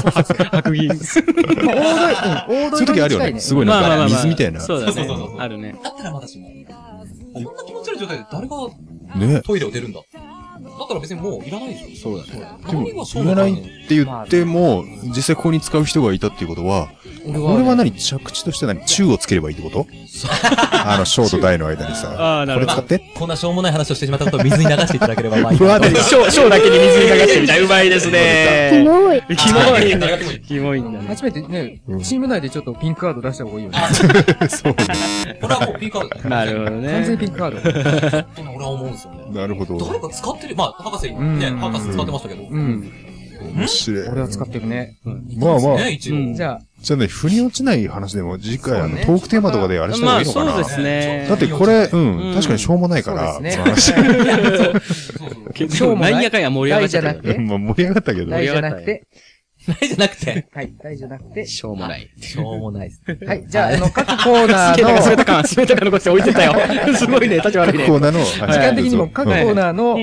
[SPEAKER 10] た
[SPEAKER 5] 白銀。
[SPEAKER 4] ま あ、黄土、うん、黄土
[SPEAKER 10] そういう時あるよね。すごいなんか、水みたいな。
[SPEAKER 5] そうだね。あるね。
[SPEAKER 7] だったらまだしも。こんな気持ち悪い状態で誰が、トイレを出るんだ。だから別にもういらないで
[SPEAKER 10] しょそうだね。でも、いらないって言っても、実際ここに使う人がいたっていうことは、俺は何着地として何中をつければいいって ことあの、小と大の間にさ。これ使って。
[SPEAKER 7] こんなしょうもない話をしてしまったことを水に流していただければまあいい。
[SPEAKER 5] ふわで、小、小だけに水に流してみたい。うまいですね。
[SPEAKER 2] キモい。
[SPEAKER 5] キモいんだ。キモいんだ。
[SPEAKER 4] 初めてね、チーム内でちょっとピンクカード出した方がいいよね。
[SPEAKER 10] そう
[SPEAKER 7] これはもうピンクカー
[SPEAKER 5] ドなるほどね。
[SPEAKER 4] 完全ピンクカー
[SPEAKER 7] ド。俺は思うんですよね。
[SPEAKER 10] なるほど。
[SPEAKER 7] 誰か使ってる、まあ、博士、ね、博士使ってましたけど。うん。
[SPEAKER 10] 面白い。
[SPEAKER 4] 俺は使ってるね。
[SPEAKER 10] まあまあ。
[SPEAKER 7] じ
[SPEAKER 4] ゃあ。
[SPEAKER 10] じゃあね、腑に落ちない話でも、次回、あの、トークテーマとかであれした方がいいのかな。
[SPEAKER 5] そうですね。
[SPEAKER 10] だってこれ、うん、確かにしょうもないから、
[SPEAKER 4] そうですね。
[SPEAKER 5] しょうもなんやかんや盛り上がっちゃった。
[SPEAKER 10] 盛り上がったけど。
[SPEAKER 4] 盛り上がって。
[SPEAKER 7] ないじゃなくて。
[SPEAKER 4] はい。ないじゃなくて。
[SPEAKER 5] しょうもない。
[SPEAKER 7] しょうもないです。
[SPEAKER 4] はい。じゃあ、あの、各コーナーの。
[SPEAKER 5] 冷た感、冷た感残して置いてたよ。 すごいね、立ち悪いね。
[SPEAKER 10] コーナーの。
[SPEAKER 4] 時間的にも各コーナーの、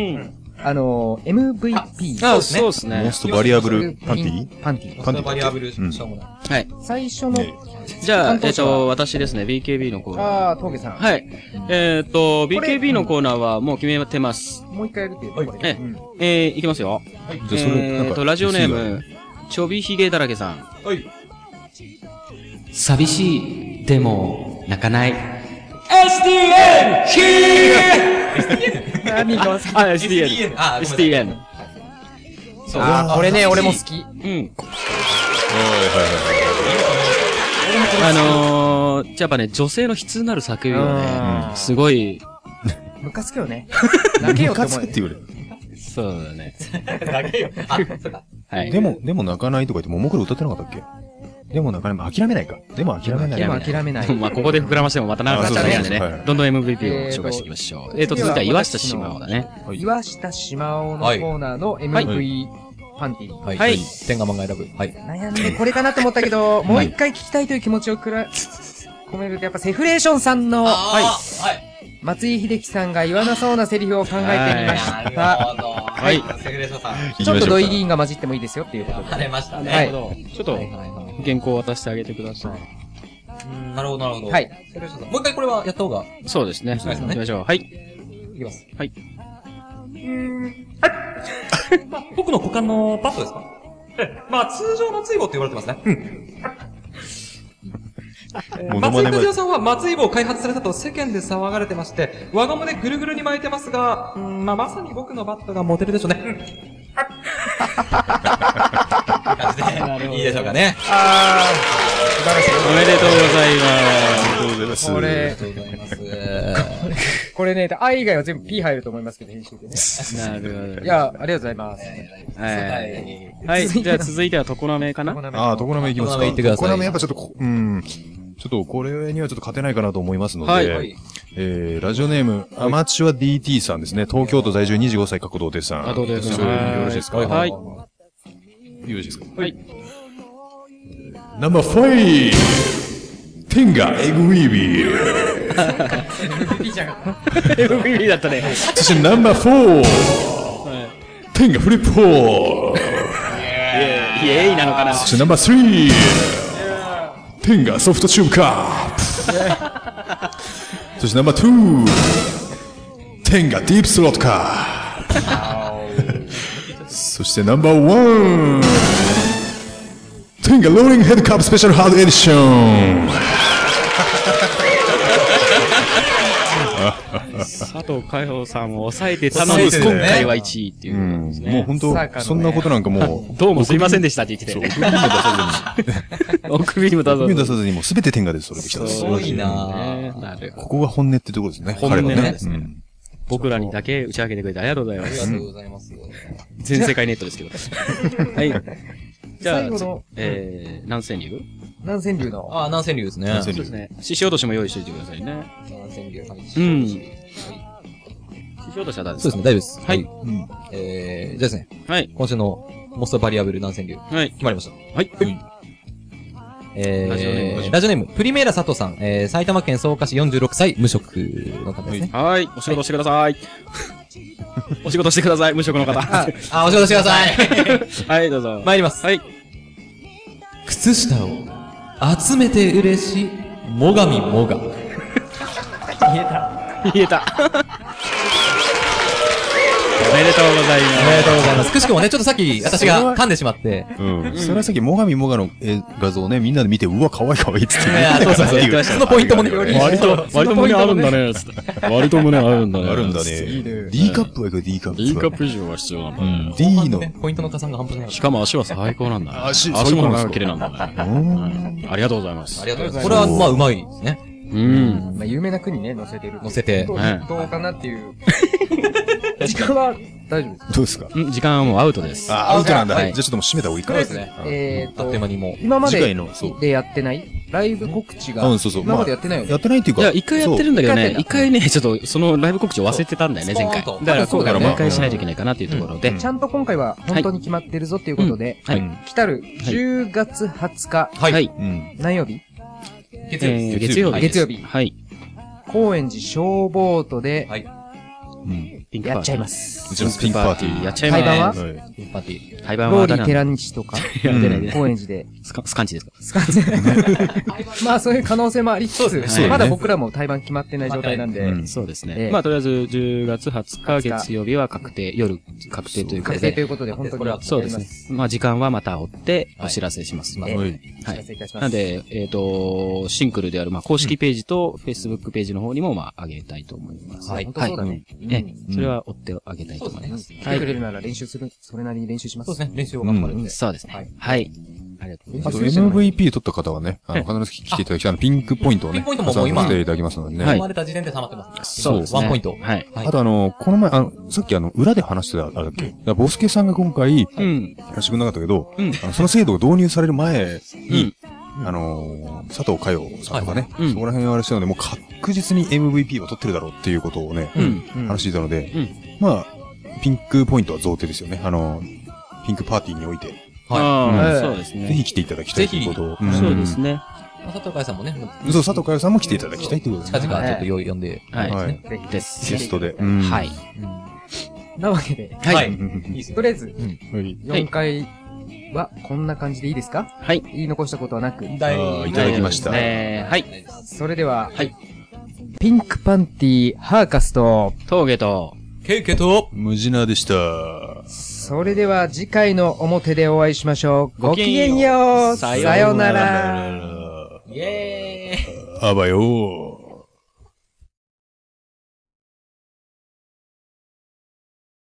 [SPEAKER 4] あの、MVP。
[SPEAKER 5] あ、そうですね。。
[SPEAKER 10] モストバリアブルパンティ
[SPEAKER 4] パンティ
[SPEAKER 7] パンティバリアブル、しょうもない
[SPEAKER 5] はい。
[SPEAKER 4] 最初の、
[SPEAKER 5] じゃあ、えっと、私ですね、BKB のコーナー。
[SPEAKER 4] ああ、峠さん。
[SPEAKER 5] はい。えっと、BKB のコーナーはもう決めてます。
[SPEAKER 4] もう一回やるっていう。
[SPEAKER 5] え、え、いきますよ。えっと、ラジオネーム、ちょびひげだらけさん。
[SPEAKER 7] はい。
[SPEAKER 13] 寂しい、でも、泣かない。
[SPEAKER 14] SDN! ひ
[SPEAKER 5] ー何があ、SDN。あ、SDN。。
[SPEAKER 4] そう。あ、これね、俺も好き。うん
[SPEAKER 5] あのー、やっぱね、女性の悲痛なる叫びをね、すごい。
[SPEAKER 4] ムカつくよね。泣けよって
[SPEAKER 10] 思う。ムカつくって言われる。
[SPEAKER 5] そうだね。
[SPEAKER 7] 泣けよ。あ、そうか。
[SPEAKER 10] はい。でも、でも泣かないとか言って、ももクロ歌ってなかったっけでもなかなか諦めないか。でも諦めない。
[SPEAKER 4] でも諦めない。
[SPEAKER 5] まあ、ここで膨らましてもまた長くなっちゃうんでね。どんどん MVP を紹介していきましょう。えっと、続いては岩下島尾だね。
[SPEAKER 4] 岩下島尾のコーナーの MVP パンティ。
[SPEAKER 7] はい。はい。天下漫画選ぶ。はい。
[SPEAKER 4] 悩んでこれかなと思ったけど、もう一回聞きたいという気持ちをくら、込めると、やっぱセフレーションさんの、
[SPEAKER 7] はい。
[SPEAKER 4] 松井秀喜さんが言わなそうなセリフを考えてみました。
[SPEAKER 7] はい。セグレーションさん。
[SPEAKER 4] ちょっと土井議員が混じってもいいですよっていうことで。
[SPEAKER 7] 晴れましたね。
[SPEAKER 5] はい。ちょっと、原稿を渡してあげてください。
[SPEAKER 7] なるほど、なるほど。
[SPEAKER 4] はい。
[SPEAKER 7] セグレーションさん。もう一回これはやった方が。
[SPEAKER 5] そうですね。
[SPEAKER 7] はい。行
[SPEAKER 5] きましょう。はい。
[SPEAKER 7] いきます。
[SPEAKER 5] はい。
[SPEAKER 7] 僕の股間のパッドですか まあ、通常の追棒って言われてますね。うん。松井和代さんは松井棒を開発されたと世間で騒がれてまして、輪ゴムでぐるぐるに巻いてますが、うん、まあ、まさに僕のバットがモデルでしょうね。いいでしょうかね。
[SPEAKER 5] あ素晴らしい。おめでとうございます。
[SPEAKER 10] ありがとうございます。
[SPEAKER 4] これ、
[SPEAKER 7] ありがとうございます。
[SPEAKER 4] これね、愛以外は全部 P 入ると思いますけど、編集でね。
[SPEAKER 5] なるほど。
[SPEAKER 4] いや、ありがとうございます。
[SPEAKER 5] はい。じゃあ続いては、常滑かな
[SPEAKER 10] ああ、常滑いきますか。
[SPEAKER 7] 常
[SPEAKER 10] 滑やっぱちょっと、うん。ちょっとこれにはちょっと勝てないかなと思いますので、はい、えー、ラジオネーム、アマチュア DT さんですね。東京都在住25歳、角堂亭さん。
[SPEAKER 5] 角堂亭さん。
[SPEAKER 10] よろしいですか
[SPEAKER 5] はい。
[SPEAKER 10] よ ろしいですか
[SPEAKER 5] はい。
[SPEAKER 10] ナンバー 5! 天
[SPEAKER 6] がエグイビー。
[SPEAKER 5] MVP じゃん。MVP だったね。
[SPEAKER 6] そしてナンバー4。天がフリップ4。
[SPEAKER 5] イエーイなのかな。
[SPEAKER 6] そしてナンバー3。天がソフトチューブカ ップ。そしてナンバー2。天がディープスロットカ ップ。そしてナンバー1。Ting a Loading Head Cup Special Hard Edition!
[SPEAKER 5] 佐藤海宝さんを抑えてたのに、今回は1位っていう、ね
[SPEAKER 6] うん、もう本当、そんなことなんかも
[SPEAKER 5] う。どうもすいませんでしたって言ってて。 お首にも出さずに。お首にも出さずに。お首に
[SPEAKER 6] も出さずに、もうすべて点が出それできた
[SPEAKER 10] すごいな
[SPEAKER 6] ここが本音ってところですね。
[SPEAKER 5] 本音ね。僕らにだけ打ち上げてくれてありがとうございます。
[SPEAKER 10] ありがとうございます。
[SPEAKER 5] 全世界ネットですけど。 はい。じゃあ、えー、南川流
[SPEAKER 4] 南川流の。
[SPEAKER 10] ああ、南川流ですね。
[SPEAKER 5] そうですね。獅子落としも用意しておいてくださいね。
[SPEAKER 10] 南川流、はい。
[SPEAKER 5] うん。獅子落としは大
[SPEAKER 10] 丈夫ですかそうですね、大丈夫です。、
[SPEAKER 5] はい。うん
[SPEAKER 10] えー、じゃあですね。
[SPEAKER 5] はい。
[SPEAKER 10] 今週のモストバリアブル南川流。
[SPEAKER 5] はい。
[SPEAKER 10] 決まりました。
[SPEAKER 5] はい。
[SPEAKER 10] えー、ラジオネーム、プリメーラ佐藤さん、えー、埼玉県草加市46歳、無職の方ですね。
[SPEAKER 5] はい、お仕事してください。お仕事してください、無職の方。
[SPEAKER 10] あ、お仕事してください。
[SPEAKER 5] はい、どうぞ。
[SPEAKER 10] 参ります。
[SPEAKER 5] はい。
[SPEAKER 7] 靴下を集めて嬉しい、もがみもが。
[SPEAKER 5] 言えた。言えた。おめでとうございます。
[SPEAKER 10] おめでとうございます。くしくもね、ちょっとさっき私が噛んでしまって。
[SPEAKER 6] うん。それはさっき、もがみもがの画像ね、みんなで見て、うわ、かわいいかわいいっつって。
[SPEAKER 10] い そうそうそう。言ってました。そのポイントもね、
[SPEAKER 1] 割 と、割と胸あるんだね、割と胸あるんだね。
[SPEAKER 6] あるんだね。D カップはいく D カップ。
[SPEAKER 1] D カップ以上は必要なん
[SPEAKER 6] だ D の。
[SPEAKER 10] ポイントの加算が半端ない。
[SPEAKER 1] しかも足は最高なんだ足、足も長く綺麗なんだね。ありがとうございます。
[SPEAKER 10] ありがとうございます。これは、まあ、うまいですね。
[SPEAKER 5] うん。
[SPEAKER 4] まあ、有名な国ね、載せてる。
[SPEAKER 10] 載せて。
[SPEAKER 4] どうかなっていう。時間は大丈夫です
[SPEAKER 6] どうですか
[SPEAKER 5] 時間はもうアウトです。
[SPEAKER 6] あ、アウトなんだ。じゃあちょっともう閉めた方がいいか
[SPEAKER 4] な。そうですね。えっと、
[SPEAKER 10] あっという間にもう。
[SPEAKER 4] 今まででやってないライブ告知が。
[SPEAKER 6] うん、そうそう。
[SPEAKER 4] 今までやってないよね。
[SPEAKER 6] やってないっていうか。
[SPEAKER 5] いや、一回やってるんだけどね、一回ね、ちょっとそのライブ告知を忘れてたんだよね、前回。だから今回もう一回しないといけないかなっていうところで。
[SPEAKER 4] ちゃんと今回は本当に決まってるぞっていうことで、来たる10月20日。
[SPEAKER 5] はい。
[SPEAKER 4] 何曜日
[SPEAKER 5] 月曜日。月曜日。
[SPEAKER 4] 月曜日。
[SPEAKER 5] はい。
[SPEAKER 4] 高円寺消防とで、
[SPEAKER 10] はい。
[SPEAKER 4] うん。ピンクパーティー。やっちゃいます。
[SPEAKER 6] うちのピンクパーティー。。
[SPEAKER 5] やっちゃいます。
[SPEAKER 4] 対バンは
[SPEAKER 10] ピンクパーティー。
[SPEAKER 5] 対バンはロ
[SPEAKER 4] ーリー寺西とか、高円寺で。
[SPEAKER 5] スカ、スカンチですか
[SPEAKER 4] スカンチ。 まあそういう可能性もありつつ、まだ僕らも対バン決まってない状態なんで。
[SPEAKER 5] そうですね。まあとりあえず10月20日月曜日は確定、夜確定というこ
[SPEAKER 4] 確
[SPEAKER 5] とで。
[SPEAKER 4] 定ということで、本当に。
[SPEAKER 5] そうですね。まあ時間はまた追ってお知らせします。
[SPEAKER 4] はい。
[SPEAKER 5] はい。なんで、えっと、シンクルである、まあ公式ページと Facebook ページの方にも、まあ上げたいと思います。
[SPEAKER 4] はい。本当そうだね。
[SPEAKER 5] ね、それは追ってあげたいと思います。
[SPEAKER 4] 来てくれるなら練習する、それなりに練習します。
[SPEAKER 10] そうですね、練習を頑張るんで。
[SPEAKER 5] そうですね。はい。ありがとうございます
[SPEAKER 6] MVP 取った方はね、あの、必ず来ていただきたいピンクポイントをね、
[SPEAKER 10] ピンクポイントももう今、
[SPEAKER 6] 来ていただきますのでね。
[SPEAKER 10] 生まれた時点で溜まってます
[SPEAKER 5] そうです
[SPEAKER 10] ね。ワンポイント。
[SPEAKER 5] はい。
[SPEAKER 6] あとあの、この前、あの、さっきあの、裏で話してた、あれだっけボスケさんが今回、話分なかったけど、その制度が導入される前に、あのー、佐藤佳代さんとかね、そこら辺をあれしてるので、もう確実に MVP は取ってるだろうっていうことをね、話していたので、まあ、ピンクポイントは贈呈ですよね。あの、ピンクパーティーにおいて。
[SPEAKER 5] はい。そうですね。
[SPEAKER 6] ぜひ来ていただきたいということを。
[SPEAKER 5] そうですね。
[SPEAKER 10] 佐藤佳代さんもね。
[SPEAKER 6] そう、佐藤佳代さんも来ていただきたいということです
[SPEAKER 10] ね。近々ちょっと呼んで。
[SPEAKER 5] はい。です。
[SPEAKER 6] ゲストで。
[SPEAKER 5] はい。
[SPEAKER 4] なわけで。
[SPEAKER 5] はい。
[SPEAKER 4] とりあえず、4回はこんな感じでいいですか
[SPEAKER 5] はい。。
[SPEAKER 4] 言い残したことはなく。
[SPEAKER 6] いただきました。はい
[SPEAKER 4] それでは、
[SPEAKER 5] はい。
[SPEAKER 4] ピンクパンティハーカスと、
[SPEAKER 5] 峠と、
[SPEAKER 10] ケイケと、
[SPEAKER 6] ムジナでした。
[SPEAKER 4] それでは次回の表でお会いしましょう。ごきげんよう。さようなら。
[SPEAKER 10] イェーイ。
[SPEAKER 6] あばよー。